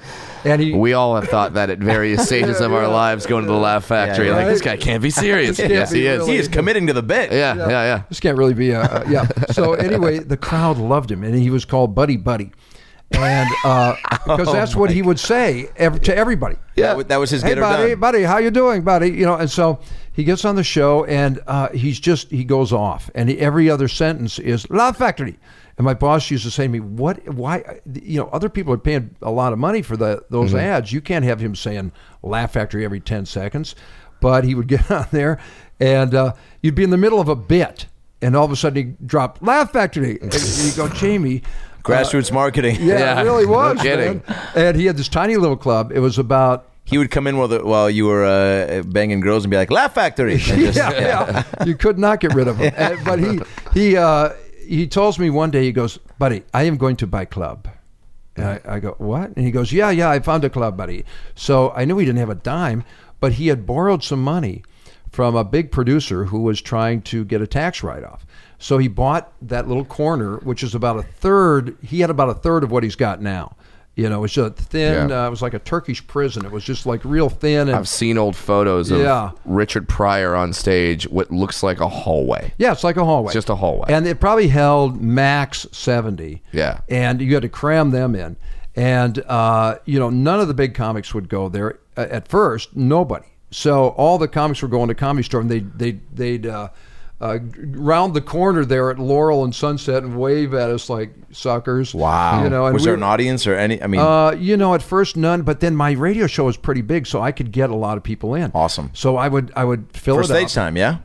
Speaker 1: and he
Speaker 3: We all have thought that at various stages of our lives, going to the Laugh Factory.
Speaker 2: yeah.
Speaker 3: Like this guy
Speaker 1: Right.
Speaker 3: can't be serious.
Speaker 1: Can't
Speaker 3: yes,
Speaker 1: be
Speaker 3: he is.
Speaker 1: really.
Speaker 2: He is committing to the bit.
Speaker 3: Yeah, yeah, yeah.
Speaker 1: this can't really be a, a yeah. So anyway, the crowd loved him, and he was called Buddy Buddy, and uh, because that's what he would say ev- to everybody.
Speaker 2: That wa- Oh that was his
Speaker 1: Hey,
Speaker 2: get or
Speaker 1: buddy,
Speaker 2: done.
Speaker 1: buddy, how you doing, buddy? You know, and so he gets on the show, and uh, he's just he goes off, and he, every other sentence is Love Factory. And my boss used to say to me, "What? Why? You know, other people are paying a lot of money for the, those
Speaker 3: Mm-hmm.
Speaker 1: ads. You can't have him saying Laugh Factory every ten seconds." But he would get on there, and uh, you'd be in the middle of a bit, and all of a sudden he would drop Laugh Factory, and you go, Jamie. uh,
Speaker 2: Grassroots marketing.
Speaker 1: Yeah,
Speaker 3: Yeah,
Speaker 1: it really
Speaker 3: no
Speaker 1: was.
Speaker 3: kidding.
Speaker 1: man. And he had this tiny little club. It was about
Speaker 2: He would come in while, the, while you were uh, banging girls and be like, Laugh Factory. And just-
Speaker 1: yeah, yeah. You could not get rid of him. And- But he he uh, he tells me one day he goes, buddy, I am going to buy club. And I, I go, what? And he goes, yeah, yeah, I found a club, buddy. So I knew he didn't have a dime, but he had borrowed some money from a big producer who was trying to get a tax write-off. So he bought that little corner, which is about a third. He had about a third of what he's got now. You know, it's a thin.
Speaker 3: Yeah.
Speaker 1: Uh, it was like a Turkish prison. It was just like real thin. And
Speaker 3: I've seen old photos of
Speaker 1: Yeah.
Speaker 3: Richard Pryor on stage, what looks like a hallway.
Speaker 1: Yeah, it's like a hallway.
Speaker 3: It's just a hallway.
Speaker 1: And it probably held max 70.
Speaker 3: Yeah.
Speaker 1: And you had to cram them in. And, uh, you know, none of the big comics would go there uh, at first, nobody. So all the comics were going to Comedy Store and they'd, they'd, they'd uh, uh, round the corner there at Laurel and Sunset and wave at us like suckers.
Speaker 2: Wow.
Speaker 1: You know, and
Speaker 2: was
Speaker 1: we
Speaker 2: there
Speaker 1: were-
Speaker 2: an audience or any? I mean,
Speaker 1: uh, you know, at first none, but then my radio show was pretty big, so I could get a lot of people in.
Speaker 2: Awesome.
Speaker 1: So I would I would fill
Speaker 2: for
Speaker 1: it
Speaker 2: stage
Speaker 1: up.
Speaker 2: time, yeah?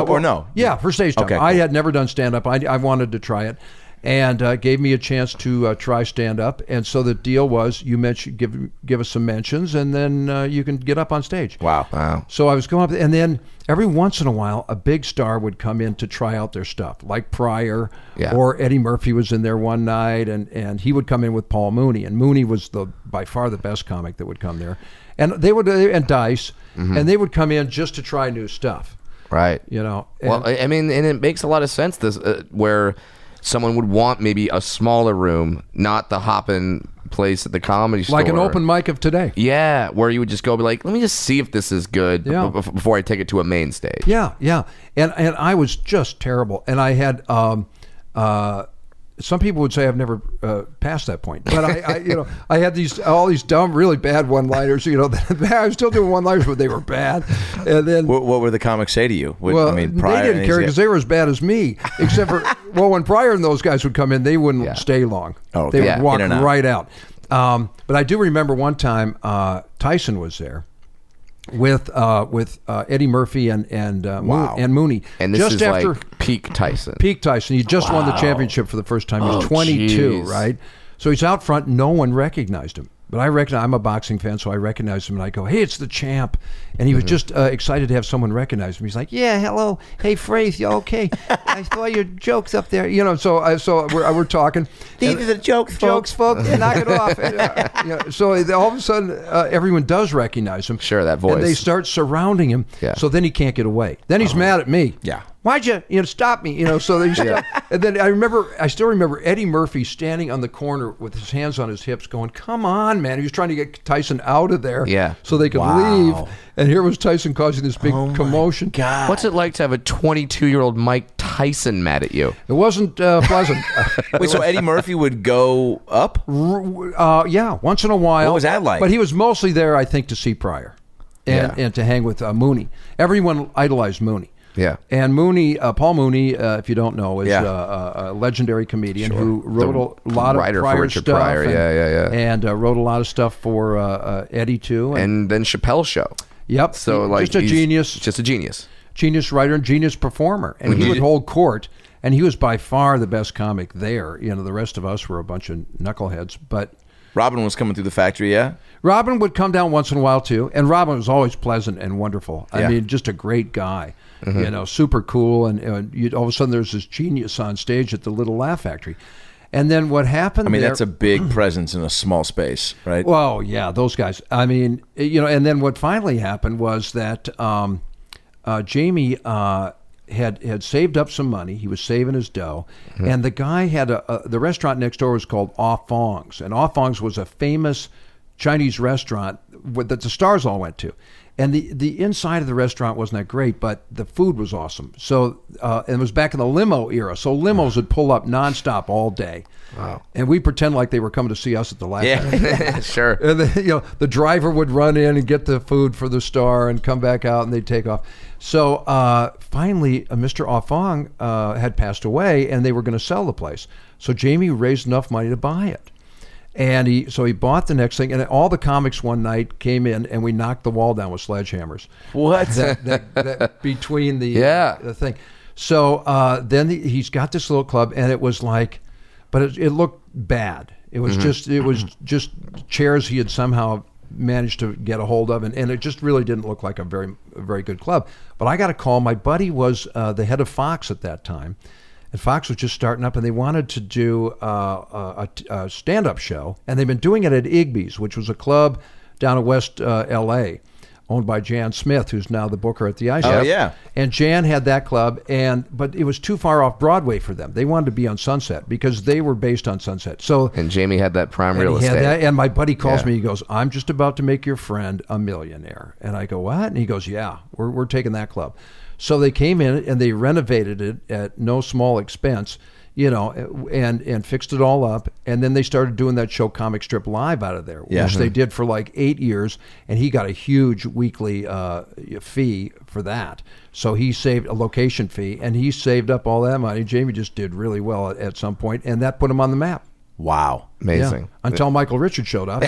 Speaker 2: or, or
Speaker 1: well,
Speaker 2: no?
Speaker 1: Yeah, for stage time.
Speaker 2: Okay,
Speaker 1: I
Speaker 2: cool.
Speaker 1: had never done stand up. I, I wanted to try it, and uh, gave me a chance to uh, try stand up. And so the deal was, you mention give give us some mentions, and then uh, you can get up on stage.
Speaker 2: Wow.
Speaker 3: Wow.
Speaker 1: So I was going up, and then every once in a while, a big star would come in to try out their stuff, like Pryor
Speaker 3: Yeah.
Speaker 1: or Eddie Murphy was in there one night, and, and he would come in with Paul Mooney, and Mooney was the by far the best comic that would come there, and they would and Dice,
Speaker 2: Mm-hmm.
Speaker 1: and they would come in just to try new stuff,
Speaker 3: Right.
Speaker 1: you know. and-
Speaker 3: Well, I I mean, and it makes a lot of sense. This uh, where someone would want maybe a smaller room, not the hopping place at the comedy store,
Speaker 1: like an open mic of today.
Speaker 3: Yeah, where you would just go be like, let me just see if this is good b-
Speaker 1: Yeah.
Speaker 3: b- before I take it to a main stage.
Speaker 1: Yeah, yeah, and and I was just terrible, and I had um, uh, some people would say I've never uh, passed that point, but I, I you know I had these all these dumb, really bad one liners. You know, that, I was still doing one liners, but they were bad, and then.
Speaker 2: What, what were the comics say to you? What,
Speaker 1: well,
Speaker 2: I mean,
Speaker 1: they
Speaker 2: Pryor
Speaker 1: didn't
Speaker 2: and
Speaker 1: care
Speaker 2: these
Speaker 1: because they were as bad as me. Except for, well, when Pryor and those guys would come in, they wouldn't
Speaker 3: Yeah.
Speaker 1: stay long.
Speaker 2: Oh,
Speaker 1: they
Speaker 3: yeah.
Speaker 1: would walk
Speaker 2: In and out.
Speaker 1: right out. Um, but I do remember one time uh, Tyson was there with uh, with uh, Eddie Murphy and and uh, Mo-
Speaker 3: Wow.
Speaker 1: and Mooney.
Speaker 3: And this
Speaker 1: just
Speaker 3: is
Speaker 1: after
Speaker 3: like peak Tyson.
Speaker 1: peak Tyson, he just won the championship for the first time. He's
Speaker 3: Oh,
Speaker 1: 22,
Speaker 3: geez.
Speaker 1: right? So he's out front. No one recognized him. But I recognize I'm a boxing fan, so I recognized him, and I go, "Hey, it's the champ!" And he was just uh, excited to have someone recognize him. He's like, "Yeah, hello, hey, Fraith, you okay? I saw your jokes up there, you know." So I so we're, we're talking. And-
Speaker 2: the jokes,
Speaker 1: jokes, folks. knock it off. And, uh, you know, so they- all of a sudden, uh, everyone does recognize him.
Speaker 3: Sure, that
Speaker 1: And they
Speaker 3: voice.
Speaker 1: start surrounding him.
Speaker 3: Yeah. Uh-huh.
Speaker 1: So then he can't get away. Then he's mad at me.
Speaker 2: Yeah.
Speaker 1: Why'd you you know stop me? You know. So they stop- and then I remember I still remember Eddie Murphy standing on the corner with his hands on his hips, going, "Come on, man!" He was trying to get Tyson out of there.
Speaker 3: Yeah. Oh
Speaker 1: So they could leave. And here was Tyson causing this big commotion. God.
Speaker 3: What's it like to have a 22 year old Mike Tyson mad at you?
Speaker 1: It wasn't uh, pleasant.
Speaker 2: Wait, so Eddie Murphy would go up?
Speaker 1: uh, yeah, once in a while.
Speaker 2: What was that like?
Speaker 1: But he was mostly there, I think, to see Pryor and,
Speaker 3: Yeah.
Speaker 1: and to hang with uh, Mooney. Everyone idolized Mooney.
Speaker 3: Yeah.
Speaker 1: And Mooney, uh, Paul Mooney, uh, if you don't know, is
Speaker 2: Yeah.
Speaker 1: uh, a, a legendary comedian who wrote a
Speaker 3: The
Speaker 1: lot
Speaker 3: writer
Speaker 1: of
Speaker 3: for
Speaker 1: Pryor
Speaker 3: Richard
Speaker 1: stuff.
Speaker 3: Pryor,
Speaker 1: and,
Speaker 3: yeah, yeah, yeah.
Speaker 1: And uh, wrote a lot of stuff for uh, uh, Eddie, too. And,
Speaker 3: And then Chappelle show.
Speaker 1: yep.
Speaker 3: So
Speaker 1: he-
Speaker 3: like
Speaker 1: Just a
Speaker 3: he's
Speaker 1: genius,
Speaker 3: Just a genius.
Speaker 1: genius writer and genius performer. And he would hold court. And he was by far the best comic there. You know, the rest of us were a bunch of knuckleheads. But
Speaker 2: Robin was coming through the factory, yeah?
Speaker 1: Robin would come down once in a while too, and Robin was always pleasant and wonderful. I
Speaker 2: Yeah. Mm-hmm.
Speaker 1: mean, just a great guy. You know, super cool, and, and you, all of a sudden there's this genius on stage at the Little Laugh Factory, and then what happened?
Speaker 2: I mean,
Speaker 1: there-
Speaker 2: that's a big presence in a small space, right?
Speaker 1: well, yeah, those guys. I mean, you know, and then what finally happened was that um, uh, Jamie uh, had had saved up some money. He was saving his dough, and the guy had a, a the restaurant next door was called Ah Fong's, and Ah Fong's was a famous Chinese restaurant with- that the stars all went to. And the, the inside of the restaurant wasn't that great, but the food was awesome. So uh, and it was back in the limo era. So limos would pull up nonstop all day, wow. and we pretend like they were coming to see us at the last.
Speaker 3: sure.
Speaker 1: And then, you know, the driver would run in and get the food for the star and come back out and they'd take off. So uh, finally, uh, Mr. Offong uh, had passed away and they were going to sell the place. So Jamie raised enough money to buy it. And he, so he bought the next thing, and all the comics one night came in, and we knocked the wall down with sledgehammers.
Speaker 2: What?
Speaker 1: That, that, that between the
Speaker 3: Yeah.
Speaker 1: the thing. So uh, then the, he's got this little club, and it was like, but it, it looked bad. It
Speaker 2: Mm-hmm.
Speaker 1: was just it was just chairs he had somehow managed to get a hold of, and, and it just really didn't look like a very a very good club. But I got a call. My buddy was uh, the head of Fox at that time. And Fox was just starting up, and they wanted to do uh, a, a stand-up show, and they've been doing it at Igby's, which was a club down in West uh, L.A. owned by Jan Smith, who's now the booker at the Ice.
Speaker 2: Oh, yeah.
Speaker 1: And Jan had that club, and but it was too far off Broadway for them. They wanted to be on Sunset because they were based on Sunset. So
Speaker 3: And Jamie had that prime real
Speaker 1: and he
Speaker 3: estate.
Speaker 1: had that, and my buddy calls
Speaker 3: Yeah.
Speaker 1: me. He goes, "I'm just about to make your friend a millionaire." And I go, "What?" And he goes, "Yeah, we're we're taking that club." So they came in and they renovated it at no small expense, you know, and and fixed it all up. And then they started doing that show, Comic Strip Live, out of there,
Speaker 2: Yeah.
Speaker 1: which
Speaker 3: Mm-hmm.
Speaker 1: they did for like eight years. And he got a huge weekly uh, fee for that. So he saved a location fee, and he saved up all that money. Jamie just did really well at, at some point, and that put him on the map.
Speaker 2: wow.
Speaker 1: Yeah,
Speaker 3: Amazing.
Speaker 1: until Michael Richards showed up,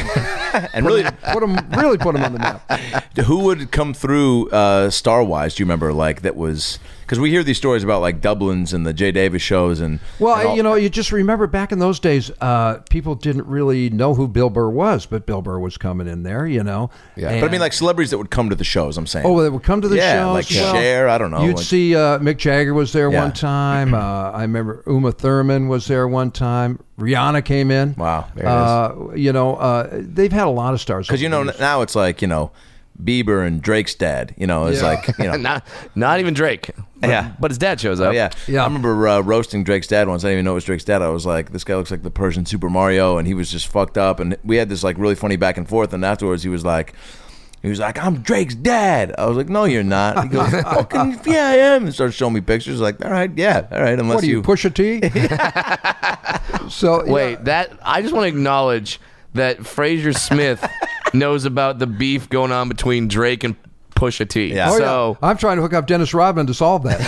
Speaker 2: And really,
Speaker 1: put him really put him on the map.
Speaker 2: who would come through uh, star wise? Do you remember? Like that was because we hear these stories about like Dublin's and the Jay Davis shows, and and
Speaker 1: Well,
Speaker 2: all-
Speaker 1: you know, you just remember back in those days, uh, people didn't really know who Bill Burr was, but Bill Burr was coming in there, you know. Yeah,
Speaker 2: But I mean, like celebrities that would come to the shows. I'm saying.
Speaker 1: Oh, they would come to the
Speaker 2: Yeah,
Speaker 1: shows.
Speaker 2: like
Speaker 1: well,
Speaker 2: Cher, I don't know,
Speaker 1: You'd
Speaker 2: like-
Speaker 1: see uh, Mick Jagger was there
Speaker 2: Yeah.
Speaker 1: one time. Uh, I remember Uma Thurman was there one time. Rihanna came in.
Speaker 2: Wow, there it
Speaker 1: uh, you know, uh, they've had a lot of stars
Speaker 2: because you know
Speaker 1: over the
Speaker 2: n- now it's like you know Bieber and Drake's dad. You know, it's
Speaker 1: Yeah.
Speaker 2: like you know.
Speaker 3: not, not even Drake. But,
Speaker 2: Yeah.
Speaker 3: But his dad shows
Speaker 2: Oh,
Speaker 3: up.
Speaker 2: yeah.
Speaker 1: Yeah.
Speaker 2: I remember uh, roasting Drake's dad once. I didn't even know it was Drake's dad. I was like, this guy looks like the Persian Super Mario, and he was just fucked up. And we had this like really funny back and forth. And afterwards, he was like, he was like, I'm Drake's dad. I was like, no, you're not. He goes, fucking, yeah, I am. And started showing me pictures. Like, all right, yeah, all right, unless
Speaker 1: What are you, push a T? so yeah.
Speaker 3: Wait, that I just want to acknowledge that Fraser Smith knows about the beef going on between Drake and Pusha T.
Speaker 2: Yeah. Oh,
Speaker 1: Oh,
Speaker 3: so
Speaker 1: yeah. I'm trying to hook up Dennis Rodman to solve that.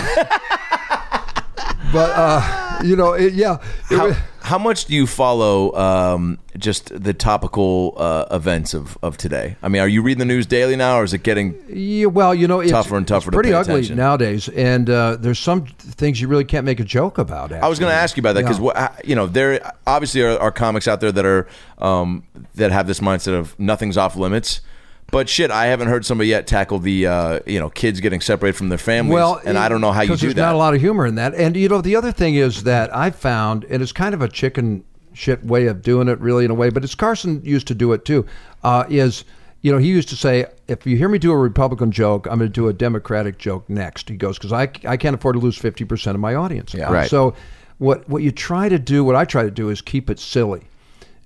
Speaker 1: but uh, you know, it, yeah, it
Speaker 2: How,
Speaker 1: wa-
Speaker 2: how much do you follow um, just the topical uh, events of, of today? I mean, are you reading the news daily now, or is it getting?
Speaker 1: Yeah, well, you know, it's
Speaker 2: Tougher and tougher
Speaker 1: it's
Speaker 2: to
Speaker 1: pretty
Speaker 2: pay
Speaker 1: ugly
Speaker 2: attention.
Speaker 1: nowadays, and uh, there's some things you really can't make a joke about.
Speaker 2: I was going to ask you about that because you know there obviously are, are comics out there that are um, that have this mindset of nothing's off limits. But shit, I haven't heard somebody yet tackle the uh, you know kids getting separated from their families,
Speaker 1: Well,
Speaker 2: and I don't know how you
Speaker 1: because
Speaker 2: do
Speaker 1: there's not
Speaker 2: that.
Speaker 1: a lot of humor in that. And you know, the other thing is that I found, and it's kind of a chicken shit way of doing it, really in a way. But it's Carson used to do it too. Uh, is you know he used to say, if you hear me do a Republican joke, I'm going to do a Democratic joke next. He goes because I I can't afford to lose fifty percent of my audience. Yeah.
Speaker 3: Right.
Speaker 1: So what what you try to do, what I try to do, is keep it silly.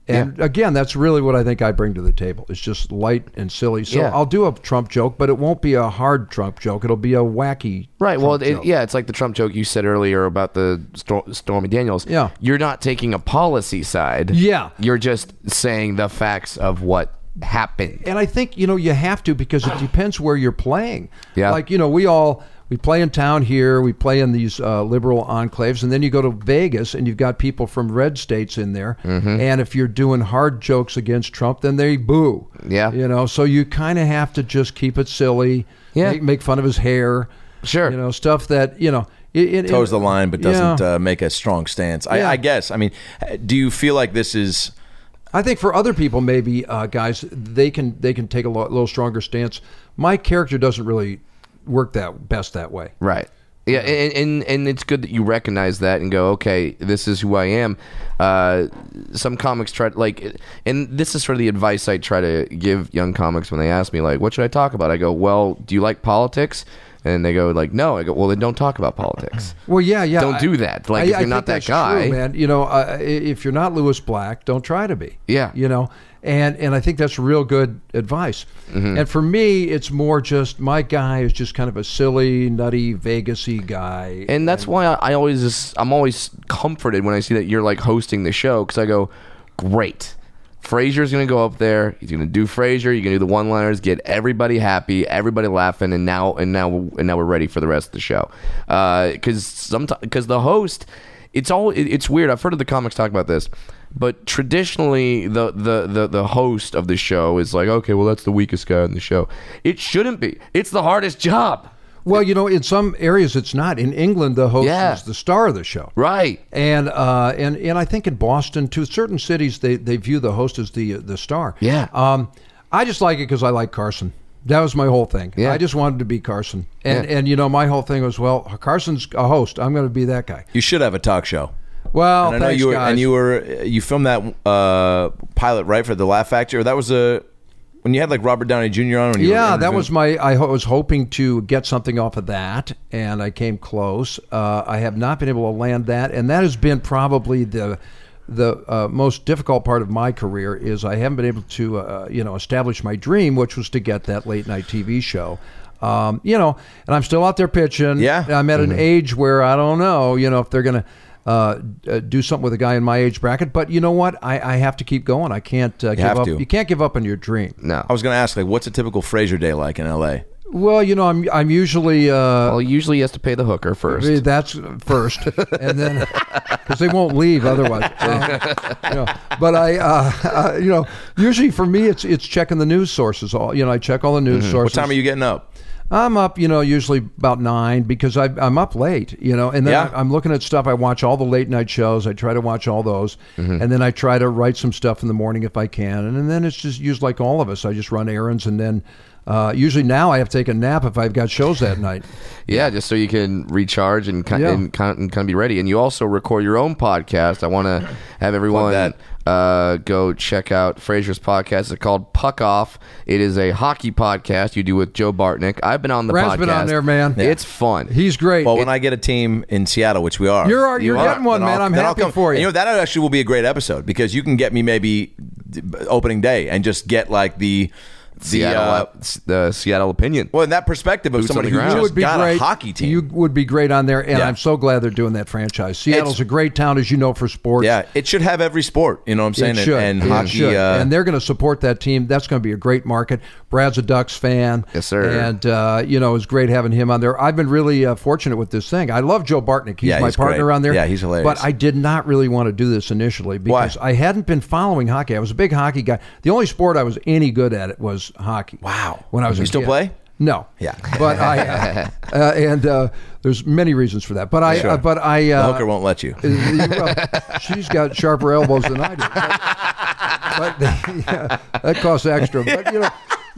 Speaker 1: And again, that's really what I think I bring to the table. It's just light and silly. So
Speaker 3: Yeah.
Speaker 1: I'll do a Trump joke, but it won't be a hard Trump joke. It'll be a wacky
Speaker 3: Right. Well,
Speaker 1: Trump
Speaker 3: it,
Speaker 1: joke.
Speaker 3: yeah, it's like the Trump joke you said earlier about the Stor- Stormy Daniels.
Speaker 1: Yeah.
Speaker 3: You're not taking a policy side.
Speaker 1: Yeah.
Speaker 3: You're just saying the facts of what happened.
Speaker 1: and I think you know you have to because it depends where you're playing.
Speaker 3: Yeah.
Speaker 1: Like you know, we all we play in town here, we play in these uh, liberal enclaves, and then you go to Vegas and you've got people from red states in there.
Speaker 3: Mm-hmm.
Speaker 1: And if you're doing hard jokes against Trump, then they boo.
Speaker 3: Yeah.
Speaker 1: You know, so you kind of have to just keep it silly.
Speaker 3: Yeah.
Speaker 1: Make, make fun of his hair.
Speaker 3: Sure.
Speaker 1: You know, stuff that you know. It, it,
Speaker 2: Toes the line, but doesn't
Speaker 1: Yeah.
Speaker 2: uh, make a strong stance. I,
Speaker 1: Yeah.
Speaker 2: I guess. I mean, do you feel like this is?
Speaker 1: I think for other people, maybe uh, guys, they can they can take a lo- little stronger stance. My character doesn't really work that best that way.
Speaker 3: Right. Yeah, and, and and it's good that you recognize that and go, okay, this is who I am. Uh, some comics try like, and this is sort of the advice I try to give young comics when they ask me like, what should I talk about? I go, well, do you like politics? And they go like, no. I go, well, then don't talk about politics.
Speaker 1: Well, yeah, yeah.
Speaker 3: Don't
Speaker 1: I-
Speaker 3: do that. Like, if you're not
Speaker 1: think that's
Speaker 3: that
Speaker 1: true,
Speaker 3: guy-
Speaker 1: man. You know, uh, i- if you're not Lewis Black, don't try to be.
Speaker 3: Yeah.
Speaker 1: You know, and and I think that's real good advice.
Speaker 3: Mm-hmm.
Speaker 1: And for me, it's more just my guy is just kind of a silly, nutty, Vegasy guy.
Speaker 3: and that's why I, I always just, I'm always comforted when I see that you're like hosting the show because I go, great. Frazier's gonna go up there. He's gonna do Frazier. You're gonna do the one-liners, get everybody happy, everybody laughing, and now and now and now we're ready for the rest of the show. Uh, Because sometimes because the host, it's all it- it's weird. I've heard of the comics talk about this, but traditionally the, the the the host of the show is like, okay, well that's the weakest guy on the show. It shouldn't be. It's the hardest job,
Speaker 1: well, you know, in some areas it's not. In England, the host
Speaker 3: Yeah.
Speaker 1: is the star of the show.
Speaker 3: right?
Speaker 1: and uh, and and I think in Boston, to certain cities, they, they view the host as the the star.
Speaker 3: Yeah.
Speaker 1: Um, I just like it because I like Carson. That was my whole thing.
Speaker 3: Yeah.
Speaker 1: I just wanted to be Carson, and
Speaker 3: Yeah.
Speaker 1: and you know my whole thing was well, Carson's a host. I'm going to be that guy.
Speaker 2: You should have a talk show.
Speaker 1: Well,
Speaker 2: and I know
Speaker 1: thanks,
Speaker 2: you were,
Speaker 1: guys.
Speaker 2: and you were, you filmed that uh, pilot right for the Laugh Factory. That was a when you had like Robert Downey Jr. on. When you were
Speaker 1: yeah, that
Speaker 2: interviewing-
Speaker 1: was my. I ho- was hoping to get something off of that, and I came close. Uh, I have not been able to land that, and that has been probably the the uh, most difficult part of my career. Is I haven't been able to, uh, you know, establish my dream, which was to get that late night TV show. Um, you know, and I'm still out there pitching.
Speaker 2: Yeah. Mm-hmm.
Speaker 1: I'm at an age where I don't know, you know, if they're gonna. Uh, d- uh, do something with a guy in my age bracket, but you know what? I, I have to keep going. I can't uh, give
Speaker 2: have
Speaker 1: up.
Speaker 2: to.
Speaker 1: You can't give up on your dream.
Speaker 3: No,
Speaker 2: I was going to ask like, what's a typical Fraser day like in L.A.?
Speaker 1: Well, you know, I'm I'm usually uh,
Speaker 3: Well, usually he has to pay the hooker first.
Speaker 1: that's first, and then because they won't leave otherwise. Uh, you know, but I, uh, uh, you know, usually for me it's it's checking the news sources. All you know, I check all the news
Speaker 2: Mm-hmm. What
Speaker 1: sources.
Speaker 2: time are you getting up?
Speaker 1: I'm up, you know, usually about nine because I, I'm up late, you know, and then
Speaker 2: Yeah.
Speaker 1: I, I'm looking at stuff. I watch all the late night shows. I try to watch all those,
Speaker 2: Mm-hmm.
Speaker 1: and then I try to write some stuff in the morning if I can. And, and then it's just used like all of us. I just run errands, and then uh, usually now I have to take a nap if I've got shows that night.
Speaker 3: Yeah, just so you can recharge and kind,
Speaker 1: Yeah.
Speaker 3: and, kind, and kind of be ready. And you also record your own podcast. I want to have everyone uh, go check out Fraser's podcast. It's called Puck Off. It is a hockey podcast you do with Joe Bartnick. I've been on the
Speaker 1: Brad's
Speaker 3: podcast.
Speaker 1: been on there, man. Yeah.
Speaker 3: It's fun.
Speaker 1: He's great.
Speaker 2: Well, when I get a team in Seattle, which we are,
Speaker 1: You're- you're
Speaker 2: you
Speaker 1: getting one,
Speaker 2: then
Speaker 1: man.
Speaker 2: I'll-
Speaker 1: I'm
Speaker 2: then I'll
Speaker 1: happy
Speaker 2: come.
Speaker 1: for you.
Speaker 2: You know that actually will be a great episode because you can get me maybe d- opening day and just get like the
Speaker 3: Seattle,
Speaker 2: uh,
Speaker 3: uh, the Seattle opinion.
Speaker 2: Well, in that perspective of
Speaker 3: Boots on
Speaker 2: somebody
Speaker 3: the
Speaker 2: who
Speaker 3: ground.
Speaker 2: just
Speaker 3: You
Speaker 1: would be
Speaker 2: got
Speaker 1: great.
Speaker 2: a hockey team,
Speaker 1: You would be great on there, and
Speaker 2: Yeah.
Speaker 1: I'm so glad they're doing that franchise. Seattle's
Speaker 2: It's-
Speaker 1: a great town, as you know, for sports.
Speaker 2: yeah, it should have every sport. You know what I'm saying?
Speaker 1: It should.
Speaker 2: And, and
Speaker 1: It
Speaker 2: hockey,
Speaker 1: should.
Speaker 2: Uh,
Speaker 1: and they're going to support that team. That's going to be a great market. Brad's a Ducks fan.
Speaker 3: Yes, sir.
Speaker 1: And, uh, you know, it's great having him on there. I've been really uh, fortunate with this thing. I love Joe Bartnick. He's
Speaker 2: Yeah,
Speaker 1: my
Speaker 2: he's
Speaker 1: partner
Speaker 2: great.
Speaker 1: on there.
Speaker 2: Yeah, he's hilarious.
Speaker 1: But I did not really want to do this initially because I hadn't been following hockey. I was a big hockey guy. The only sport I was any good at it was hockey.
Speaker 2: Wow.
Speaker 1: When I was
Speaker 2: You
Speaker 1: a
Speaker 2: still
Speaker 1: kid.
Speaker 2: play?
Speaker 1: No.
Speaker 2: Yeah.
Speaker 1: But I, uh, uh, and uh, there's many reasons for that. But I,
Speaker 2: Sure.
Speaker 1: uh, but I,
Speaker 2: the
Speaker 1: uh,
Speaker 2: hooker won't let you.
Speaker 1: well, she's got sharper elbows than I do. But, but yeah, that costs extra. But you know,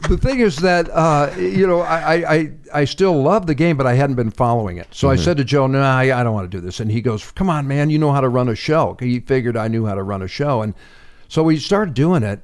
Speaker 1: the thing is that uh, you know I, I- I I still love the game, but I hadn't been following it. So
Speaker 2: Mm-hmm.
Speaker 1: I said to Joe, "No, I, I don't want to do this." And he goes, "Come on, man, you know how to run a show." He figured I knew how to run a show, and so we started doing it.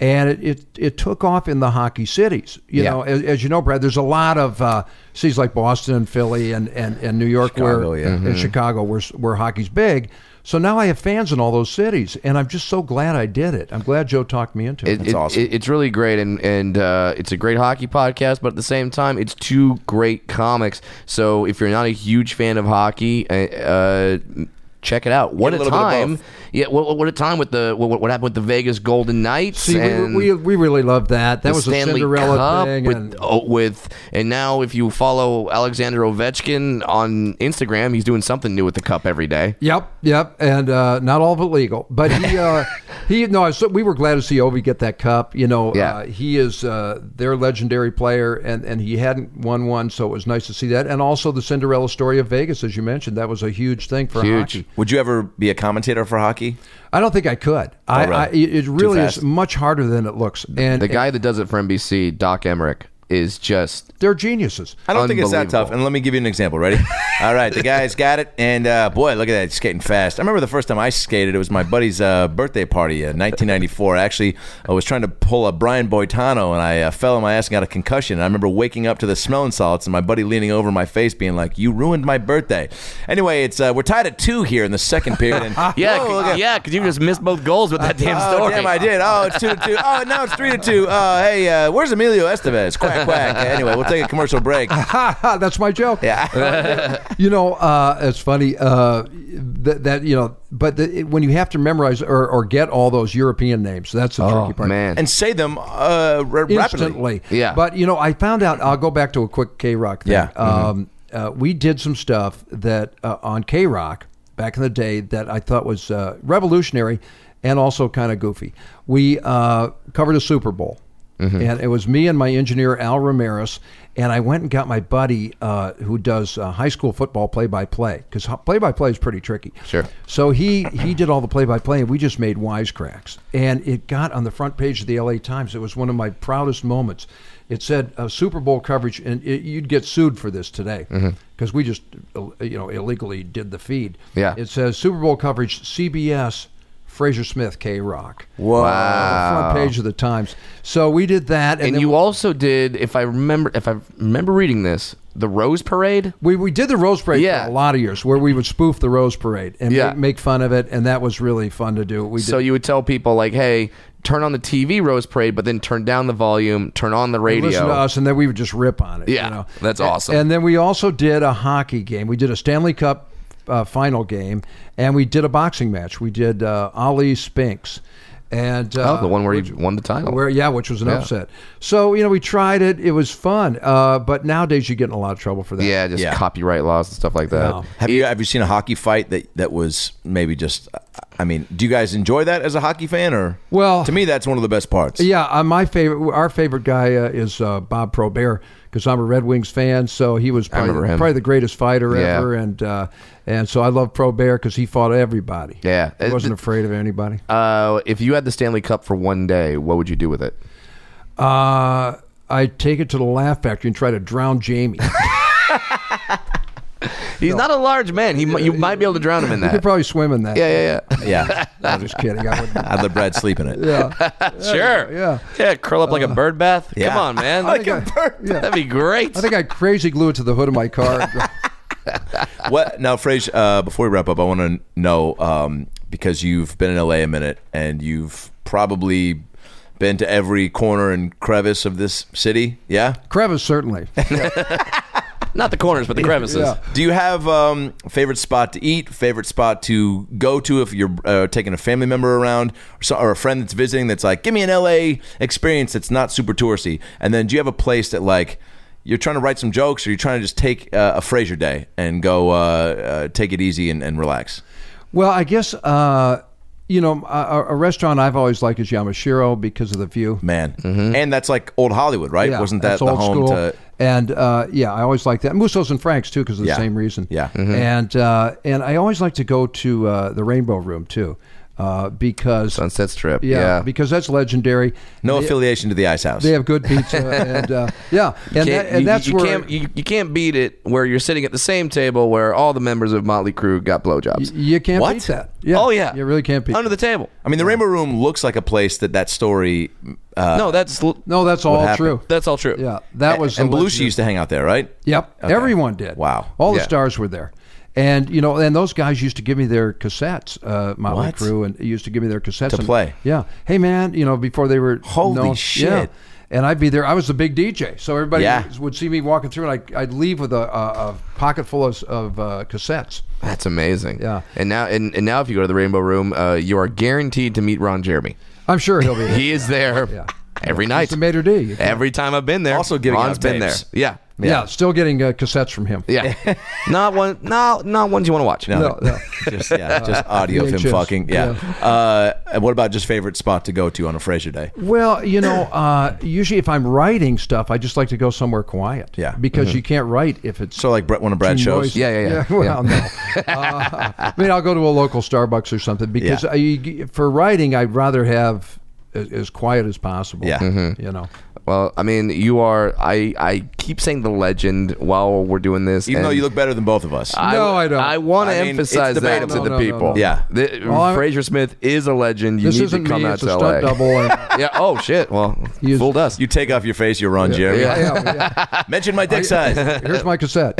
Speaker 1: And it, it, it took off in the hockey cities. You
Speaker 3: Yeah.
Speaker 1: know, as, as you know, Brad, there's a lot of uh, cities like Boston and Philly and, and, and New York
Speaker 2: Chicago,
Speaker 1: where
Speaker 2: yeah.
Speaker 3: Mm-hmm.
Speaker 1: in Chicago, where where hockey's big. So now I have fans in all those cities, and I'm just so glad I did it. I'm glad Joe talked me into it.
Speaker 3: it, it-
Speaker 2: awesome.
Speaker 3: it- it's really great, and and uh, it's a great hockey podcast. But at the same time, it's two great comics. So if you're not a huge fan of hockey, uh, uh, check it out. What
Speaker 2: Get a
Speaker 3: a,
Speaker 2: little bit of
Speaker 3: time!
Speaker 2: both.
Speaker 3: Yeah, what, what a time with the what, what happened with the Vegas Golden Knights
Speaker 1: See,
Speaker 3: and
Speaker 1: we, we, we really loved that. That
Speaker 3: the
Speaker 1: was a
Speaker 3: Stanley
Speaker 1: Cinderella
Speaker 3: Cup
Speaker 1: thing.
Speaker 3: with,
Speaker 1: and,
Speaker 3: oh, with and now if you follow Alexander Ovechkin on Instagram, he's doing something new with the cup every day.
Speaker 1: Yep, yep, and uh, not all of it legal, but he, uh, he, no, I was- we were glad to see Ovi get that cup. You know,
Speaker 3: Yeah.
Speaker 1: uh, he is uh, their legendary player, and and he hadn't won one, so it was nice to see that. And also the Cinderella story of Vegas, as you mentioned, that was a huge thing for
Speaker 3: Huge.
Speaker 1: hockey.
Speaker 2: Would you ever be a commentator for hockey?
Speaker 1: I don't think I could. I,
Speaker 2: Oh, really?
Speaker 1: I it it really is
Speaker 2: fast?
Speaker 1: much harder than it looks. And
Speaker 3: The guy that does it for NBC, Doc Emmerich, is just
Speaker 1: they're geniuses.
Speaker 2: I don't think it's that
Speaker 3: Unbelievable.
Speaker 2: tough. And let me give you an example. Ready? All right, the guy's got it. And uh, boy, look at that, he's skating fast. I remember the first time I skated, it was my buddy's uh, birthday party in 1994. Actually, I was trying to pull a Brian Boitano, and I uh, fell on my ass and got a concussion. And I remember waking up to the smelling salts and my buddy leaning over my face, being like, "You ruined my birthday." Anyway, it's uh, we're tied at two here in the second period. And
Speaker 5: Yeah,
Speaker 2: Whoa, look
Speaker 5: c-
Speaker 2: at-
Speaker 5: yeah, because you just missed both goals with that damn
Speaker 2: Oh,
Speaker 5: story.
Speaker 2: damn, I did. Oh, it's two to two. Oh, now it's three to two. Uh, hey, uh, where's Emilio Estevez? Quack, quack. Anyway, we'll take a commercial break.
Speaker 1: Ha ha! That's my joke. Yeah. you know, uh, it's funny uh, that, that you know, but the, it- when you have to memorize or, or get all those European names, that's the
Speaker 2: Oh,
Speaker 1: tricky part.
Speaker 3: man.
Speaker 2: And say them uh, ra- rapidly.
Speaker 1: Instantly.
Speaker 3: Yeah.
Speaker 1: But you know, I found out. I'll go back to a quick K Rock thing.
Speaker 2: Yeah.
Speaker 1: Um, uh, we did some stuff that uh, on K Rock back in the day that I thought was uh, revolutionary and also kind of goofy. We uh, covered a Super Bowl. And it was me and my engineer Al Ramirez, and I went and got my buddy uh, who does uh, high school football play-by-play because play-by-play is pretty tricky.
Speaker 3: Sure.
Speaker 1: So he he did all the play by play, and we just made wisecracks. And it got on the front page of the L.A. Times. It was one of my proudest moments. It said uh, Super Bowl coverage, and it, you'd get sued for this today
Speaker 3: Mm-hmm.
Speaker 1: because we just uh, you know illegally did the feed.
Speaker 3: Yeah.
Speaker 1: It says Super Bowl coverage, CBS. Fraser Smith, K Rock.
Speaker 2: Whoa.
Speaker 1: Front page of the Times. So we did that, and,
Speaker 3: and
Speaker 1: then
Speaker 3: you also did if i remember if i remember reading this the rose parade
Speaker 1: we, we did the Rose Parade
Speaker 3: Yeah.
Speaker 1: for a lot of years, where we would spoof the Rose Parade and
Speaker 3: Yeah.
Speaker 1: make, make fun of it, and that was really fun to do. We did
Speaker 3: so you would tell people like hey turn on the tv rose parade but then turn down the volume turn on the radio
Speaker 1: listen uh, to us, and then we would just rip on it.
Speaker 3: Yeah,
Speaker 1: you know?
Speaker 3: that's
Speaker 1: A-
Speaker 3: awesome.
Speaker 1: And then we also did a hockey game. We did a Stanley Cup uh, final game, and we did a boxing match. We did uh, Ali Spinks, and uh,
Speaker 3: oh, the one where you won the title
Speaker 1: where yeah, which was an upset. So you know, we tried it. It was fun, uh, but nowadays you get in a lot of trouble for that.
Speaker 3: yeah just
Speaker 2: Yeah.
Speaker 3: copyright laws and stuff like that
Speaker 1: No.
Speaker 2: Have you have you seen a hockey fight that that was maybe just? I mean, do you guys enjoy that as a hockey fan? Or
Speaker 1: Well-
Speaker 2: to me, that's one of the best parts.
Speaker 1: Yeah, uh, my favorite, our favorite guy uh, is uh, Bob Probert because I'm a Red Wings fan, so he was
Speaker 3: remember
Speaker 1: probably,
Speaker 3: him.
Speaker 1: probably the greatest fighter
Speaker 3: Yeah.
Speaker 1: ever, and uh, and so I love Probert because he fought everybody.
Speaker 3: Yeah.
Speaker 1: he wasn't afraid of anybody.
Speaker 3: uh, if you had the stanley cup for one day what would you do with it
Speaker 1: Uh, I take it to the Laugh Factory and try to drown Jamie. you
Speaker 3: he's not a large man he mi- you might be able to drown him in
Speaker 1: Uh, could
Speaker 3: that
Speaker 1: probably swim in that.
Speaker 3: yeah yeah yeah
Speaker 2: yeah.
Speaker 1: I'm just kidding. I wouldn't.
Speaker 2: I'd let Brad sleep in it.
Speaker 3: sure
Speaker 1: Yeah. Uh,
Speaker 5: Yeah, curl up like a bird bath.
Speaker 2: Yeah.
Speaker 5: Come on, man.
Speaker 2: Like a bird.
Speaker 5: That'd be great.
Speaker 1: I think I crazy glue it to the hood of my car.
Speaker 2: What now, Frage? Uh, before we wrap up, I want to know um, because you've been in LA a minute and you've probably Been to every corner and crevice of this city. Yeah.
Speaker 1: Crevice certainly.
Speaker 3: Not the corners, but the crevices.
Speaker 1: Yeah.
Speaker 2: Do you have um, favorite spot to eat? Favorite spot to go to if you're uh, taking a family member around or, so, or a friend that's visiting? That's like, give me an LA experience that's not super touristy. And then, do you have a place that like you're trying to write some jokes or you're trying to just take uh, a Fraser day and go uh, uh, take it easy and, and relax?
Speaker 1: Well, I guess uh, you know a, a restaurant I've always liked is Yamashiro because of the view.
Speaker 2: Man, and that's like old Hollywood, right?
Speaker 1: Mm-hmm. Yeah,
Speaker 2: Wasn't that
Speaker 1: that's
Speaker 2: the
Speaker 1: old
Speaker 2: home
Speaker 1: school.
Speaker 2: to?
Speaker 1: And uh, yeah, I always like that. Musos and Franks too, because of the
Speaker 2: Yeah.
Speaker 1: same reason.
Speaker 2: Yeah. Mhm.
Speaker 1: And uh, and I always like to go to uh, the Rainbow Room too, uh, because
Speaker 3: Sunset Strip.
Speaker 1: yeah,
Speaker 3: Yeah.
Speaker 1: because that's legendary.
Speaker 2: No affiliation to the Ice House.
Speaker 1: They have good pizza and uh, yeah, and,
Speaker 3: Can't-
Speaker 1: that, and
Speaker 3: you,
Speaker 1: that's
Speaker 3: you
Speaker 1: where
Speaker 3: can't, you, you can't beat it where you're sitting at the same table where all the members of Motley Crue got blowjobs.
Speaker 1: you can't
Speaker 2: What?
Speaker 1: beat that.
Speaker 3: oh yeah,
Speaker 1: you really can't beat.
Speaker 3: under
Speaker 1: that.
Speaker 3: the table.
Speaker 2: I mean, the Rainbow Room looks like a place that that story. Uh,
Speaker 3: no, that's l-
Speaker 1: no, that's all
Speaker 2: happened?
Speaker 1: true.
Speaker 3: that's all true.
Speaker 1: yeah, that was
Speaker 2: and
Speaker 1: the
Speaker 2: Belushi
Speaker 1: legendary-
Speaker 2: used to hang out there, right?
Speaker 1: Yep.
Speaker 2: Okay.
Speaker 1: Everyone did.
Speaker 2: Wow.
Speaker 1: All the
Speaker 3: Yeah.
Speaker 1: stars were there. And you know, and those guys used to give me their cassettes, uh, Motley
Speaker 2: What?
Speaker 1: Crue, and used to give me their cassettes
Speaker 2: To
Speaker 1: and-
Speaker 2: play.
Speaker 1: Yeah, hey man, you know, before they were
Speaker 2: Holy
Speaker 1: known-
Speaker 2: shit.
Speaker 1: yeah. And I'd be there. I was the big DJ, so everybody
Speaker 2: Yeah.
Speaker 1: would see me walking through, and I'd, I'd leave with a, a, a pocket full of, of uh, cassettes.
Speaker 3: That's amazing.
Speaker 1: Yeah.
Speaker 3: And now, and, and now, if you go to the Rainbow Room, uh, you are guaranteed to meet Ron Jeremy.
Speaker 1: I'm sure he'll be. there.
Speaker 3: He is there every night.
Speaker 1: He's the maitre d'. Yeah.
Speaker 3: Every time I've been there,
Speaker 2: Also giving
Speaker 3: Ron's
Speaker 2: out
Speaker 3: been there.
Speaker 2: tapes.
Speaker 3: Yeah,
Speaker 1: still getting uh, cassettes from him.
Speaker 3: yeah. not one, no, not ones you want to watch.
Speaker 1: No, no.
Speaker 2: just yeah, just audio of him
Speaker 1: VHS.
Speaker 2: fucking yeah. Uh, and what about just favorite spot to go to on a Fraser day?
Speaker 1: Well, you know, uh, usually if I'm writing stuff, I just like to go somewhere quiet.
Speaker 2: Yeah. Mm-hmm.
Speaker 1: Because you can't write if it's
Speaker 2: So like Brett, one of Brad's
Speaker 1: too
Speaker 2: shows.
Speaker 1: noisy.
Speaker 3: Yeah, yeah, yeah.
Speaker 1: well, no. Uh, I mean, I'll go to a local Starbucks or something because
Speaker 2: Yeah.
Speaker 1: I, for writing, I'd rather have as, as quiet as possible.
Speaker 2: Yeah.
Speaker 3: Mm-hmm.
Speaker 2: Mhm.
Speaker 1: You know.
Speaker 3: Well, I mean, you are. I I keep saying the legend while we're doing this.
Speaker 2: Even though
Speaker 3: and
Speaker 2: you look better than both of us.
Speaker 3: I,
Speaker 1: No, I don't.
Speaker 3: I want to
Speaker 2: I mean,
Speaker 3: emphasize
Speaker 2: it's
Speaker 3: that
Speaker 2: debatable.
Speaker 3: to
Speaker 1: No,
Speaker 3: the
Speaker 1: no, no,
Speaker 3: people.
Speaker 1: no.
Speaker 2: Yeah.
Speaker 3: the,
Speaker 1: Well, I'm-
Speaker 3: Fraser Smith is a legend. You
Speaker 1: this
Speaker 3: need to
Speaker 1: isn't
Speaker 3: come
Speaker 1: me.
Speaker 3: out
Speaker 1: It's
Speaker 3: to
Speaker 1: a
Speaker 3: LA.
Speaker 1: stunt double. And,
Speaker 3: Yeah. Oh shit. Well,
Speaker 1: Use-
Speaker 3: fooled us.
Speaker 2: you take off your face, you're Ron Jeremy.
Speaker 3: Yeah.
Speaker 1: yeah,
Speaker 2: Mention my dick size.
Speaker 1: yeah. Here's my cassette.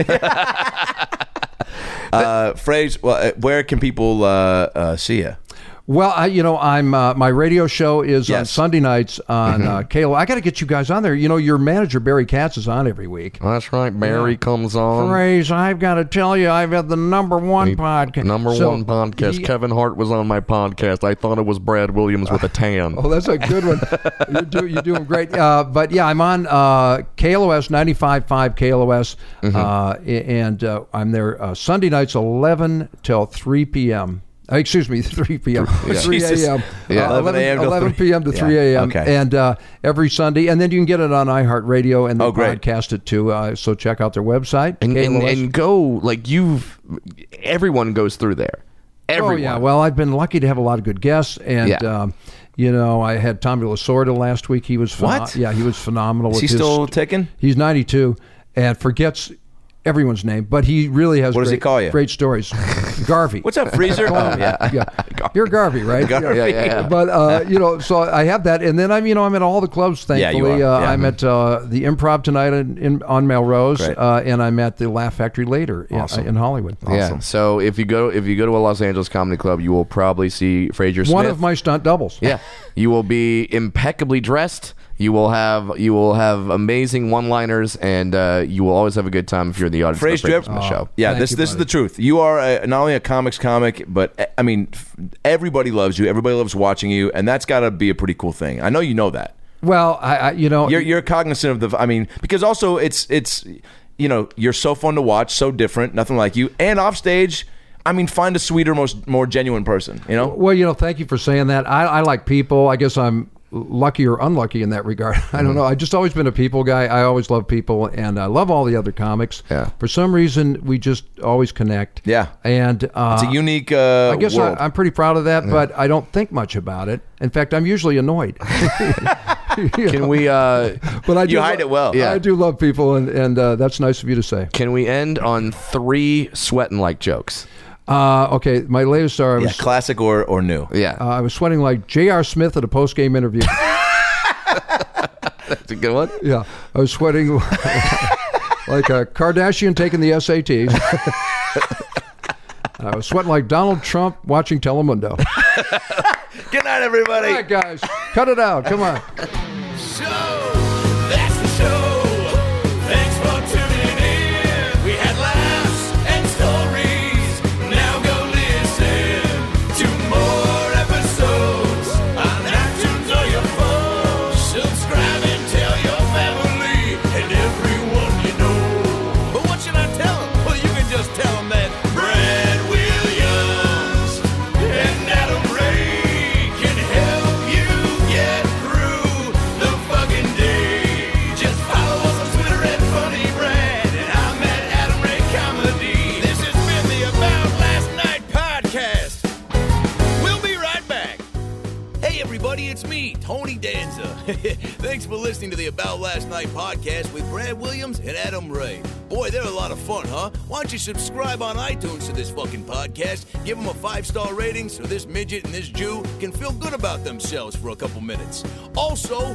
Speaker 2: Uh, Fraser, well, uh, where can people uh, uh, see you?
Speaker 1: Well, I, you know, I'm uh, my radio show is on
Speaker 2: Yes.
Speaker 1: Sunday nights on
Speaker 3: Mm-hmm.
Speaker 1: uh, Kayla. I got to get you guys on there. You know, your manager Barry Katz is on every week.
Speaker 3: That's right. Barry comes on.
Speaker 1: Grace, I've got to tell you, I've had the number one podcast.
Speaker 3: Number
Speaker 1: So,
Speaker 3: one podcast.
Speaker 1: he-
Speaker 3: Kevin Hart was on my podcast. I thought it was Brad Williams with a tan.
Speaker 1: Oh, that's a good one. you're, do, you're doing great. Uh, but yeah, I'm on uh, KLOS 95.5 KLOS,
Speaker 2: Mm-hmm.
Speaker 1: uh, a- and uh, I'm there uh, Sunday nights 11 till 3 p.m. Uh, excuse me, 3 p.m. 3
Speaker 2: Jesus.
Speaker 1: a.m.
Speaker 2: Yeah.
Speaker 1: Uh,
Speaker 2: 11 a.m. to
Speaker 1: 11
Speaker 2: 3
Speaker 1: p.m. to
Speaker 2: Yeah.
Speaker 1: 3 a.m.
Speaker 2: Okay.
Speaker 1: And uh, every Sunday, and then you can get it on iHeartRadio and they
Speaker 2: Oh, great.
Speaker 1: broadcast it too. Uh, so check out their website.
Speaker 3: and, and,
Speaker 1: KLOS.
Speaker 3: and go like you've everyone goes through there everyone
Speaker 1: Oh yeah, well I've been lucky to have a lot of good guests, and
Speaker 3: Yeah.
Speaker 1: um, you know I had Tommy Lasorda last week. He was phenom-
Speaker 2: What?
Speaker 1: Yeah, he was phenomenal.
Speaker 2: Is
Speaker 1: with
Speaker 2: he
Speaker 1: his-
Speaker 2: still ticking?
Speaker 1: He's 92 and forgets everyone's name, but he really has.
Speaker 2: What
Speaker 1: great,
Speaker 2: does he call you?
Speaker 1: Great stories. Garvey.
Speaker 2: What's up, Fraser? oh, yeah.
Speaker 1: yeah, you're Garvey, right?
Speaker 2: Garvey.
Speaker 3: yeah, yeah, yeah.
Speaker 1: But uh, you know, so I have that, and then I'm you know I'm at all the clubs.
Speaker 2: Yeah, you
Speaker 1: Thankfully,
Speaker 2: are.
Speaker 1: Uh,
Speaker 2: Yeah.
Speaker 1: I'm at uh, the Improv tonight in, in, on Melrose,
Speaker 2: Great.
Speaker 1: uh, and I'm at the Laugh Factory later in- in, Hollywood.
Speaker 3: yeah so if you go if you go to a los angeles comedy club you will probably see Fraser smith
Speaker 1: One of my stunt doubles.
Speaker 3: yeah you will be impeccably dressed you will have you will have amazing one liners and uh, you will always have a good time if you're in the audience
Speaker 2: Fraser,
Speaker 3: Fraser,
Speaker 2: do you have-
Speaker 3: Smith show
Speaker 2: Yeah,
Speaker 1: Thank
Speaker 2: this
Speaker 1: you,
Speaker 2: this is
Speaker 1: buddy.
Speaker 2: the truth. You are a, not only a comics comic, but eh, I mean, f- everybody loves you. Everybody loves watching you, and that's got to be a pretty cool thing. I know you know that.
Speaker 1: Well, I, I you know,
Speaker 2: you're you're cognizant of the. I mean, because also it's it's you know you're so fun to watch, so different, nothing like you, and off stage. I mean, find a sweeter, most more genuine person. You know,
Speaker 1: well, you know, thank you for saying that. I, I like people. I guess I'm lucky or unlucky in that regard. I
Speaker 2: Mm-hmm.
Speaker 1: don't know. I've just always been a people guy. I always love people, and I love all the other comics.
Speaker 3: Yeah.
Speaker 1: For some reason, we just always connect.
Speaker 2: Yeah.
Speaker 1: And uh,
Speaker 2: it's a unique. Uh,
Speaker 1: I guess
Speaker 2: world.
Speaker 1: I, I'm pretty proud of that, but I don't think much about it. In fact, I'm usually annoyed.
Speaker 3: can we uh,
Speaker 1: But I do
Speaker 2: You hide it well.
Speaker 1: I
Speaker 3: Yeah.
Speaker 1: do love people, and and uh, that's nice of you to say.
Speaker 3: can we end on three sweating like jokes
Speaker 1: Uh, okay, my latest are I
Speaker 2: Yeah,
Speaker 1: was
Speaker 2: classic or or new.
Speaker 3: yeah
Speaker 1: uh, I was sweating like J.R. Smith at a post game interview.
Speaker 3: that's a good one
Speaker 1: Yeah, I was sweating like a Kardashian taking the SATs. I was sweating like Donald Trump watching Telemundo.
Speaker 6: Good night, everybody.
Speaker 1: All right, guys, cut it out. Come on.
Speaker 2: show. That's the show. Thanks for tuning in. We had laughs and stories. Now go listen to more episodes on iTunes or your phone. Subscribe and tell your family and everyone you know. But what should I tell 'em? Well, you can just tell 'em that Brad Williams and Adam Ray can help you get through the fucking day. Just follow us on Twitter at Funny Brad, and I'm at Adam Ray Comedy. This has been the About Last Night podcast. We'll be right back. Hey, everybody, it's me, Tony Danza. Thanks for listening to the About Last Night podcast with Brad Williams and Adam Ray. Boy, they're a lot of fun, huh? Why don't you subscribe on iTunes to this fucking podcast? Give them a five star rating so this midget and this Jew can feel good about themselves for a couple minutes. Also,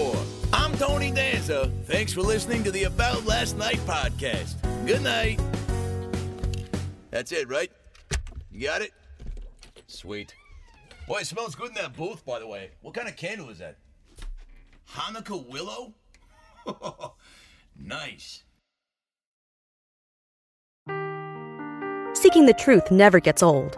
Speaker 2: I'm Tony Danza. Thanks for listening to the About Last Night podcast. Good night. That's it, right? You got it? Sweet. Boy, it smells good in that booth, by the way. What kind of candle is that? Hanukkah willow? nice.
Speaker 7: Seeking the truth never gets old.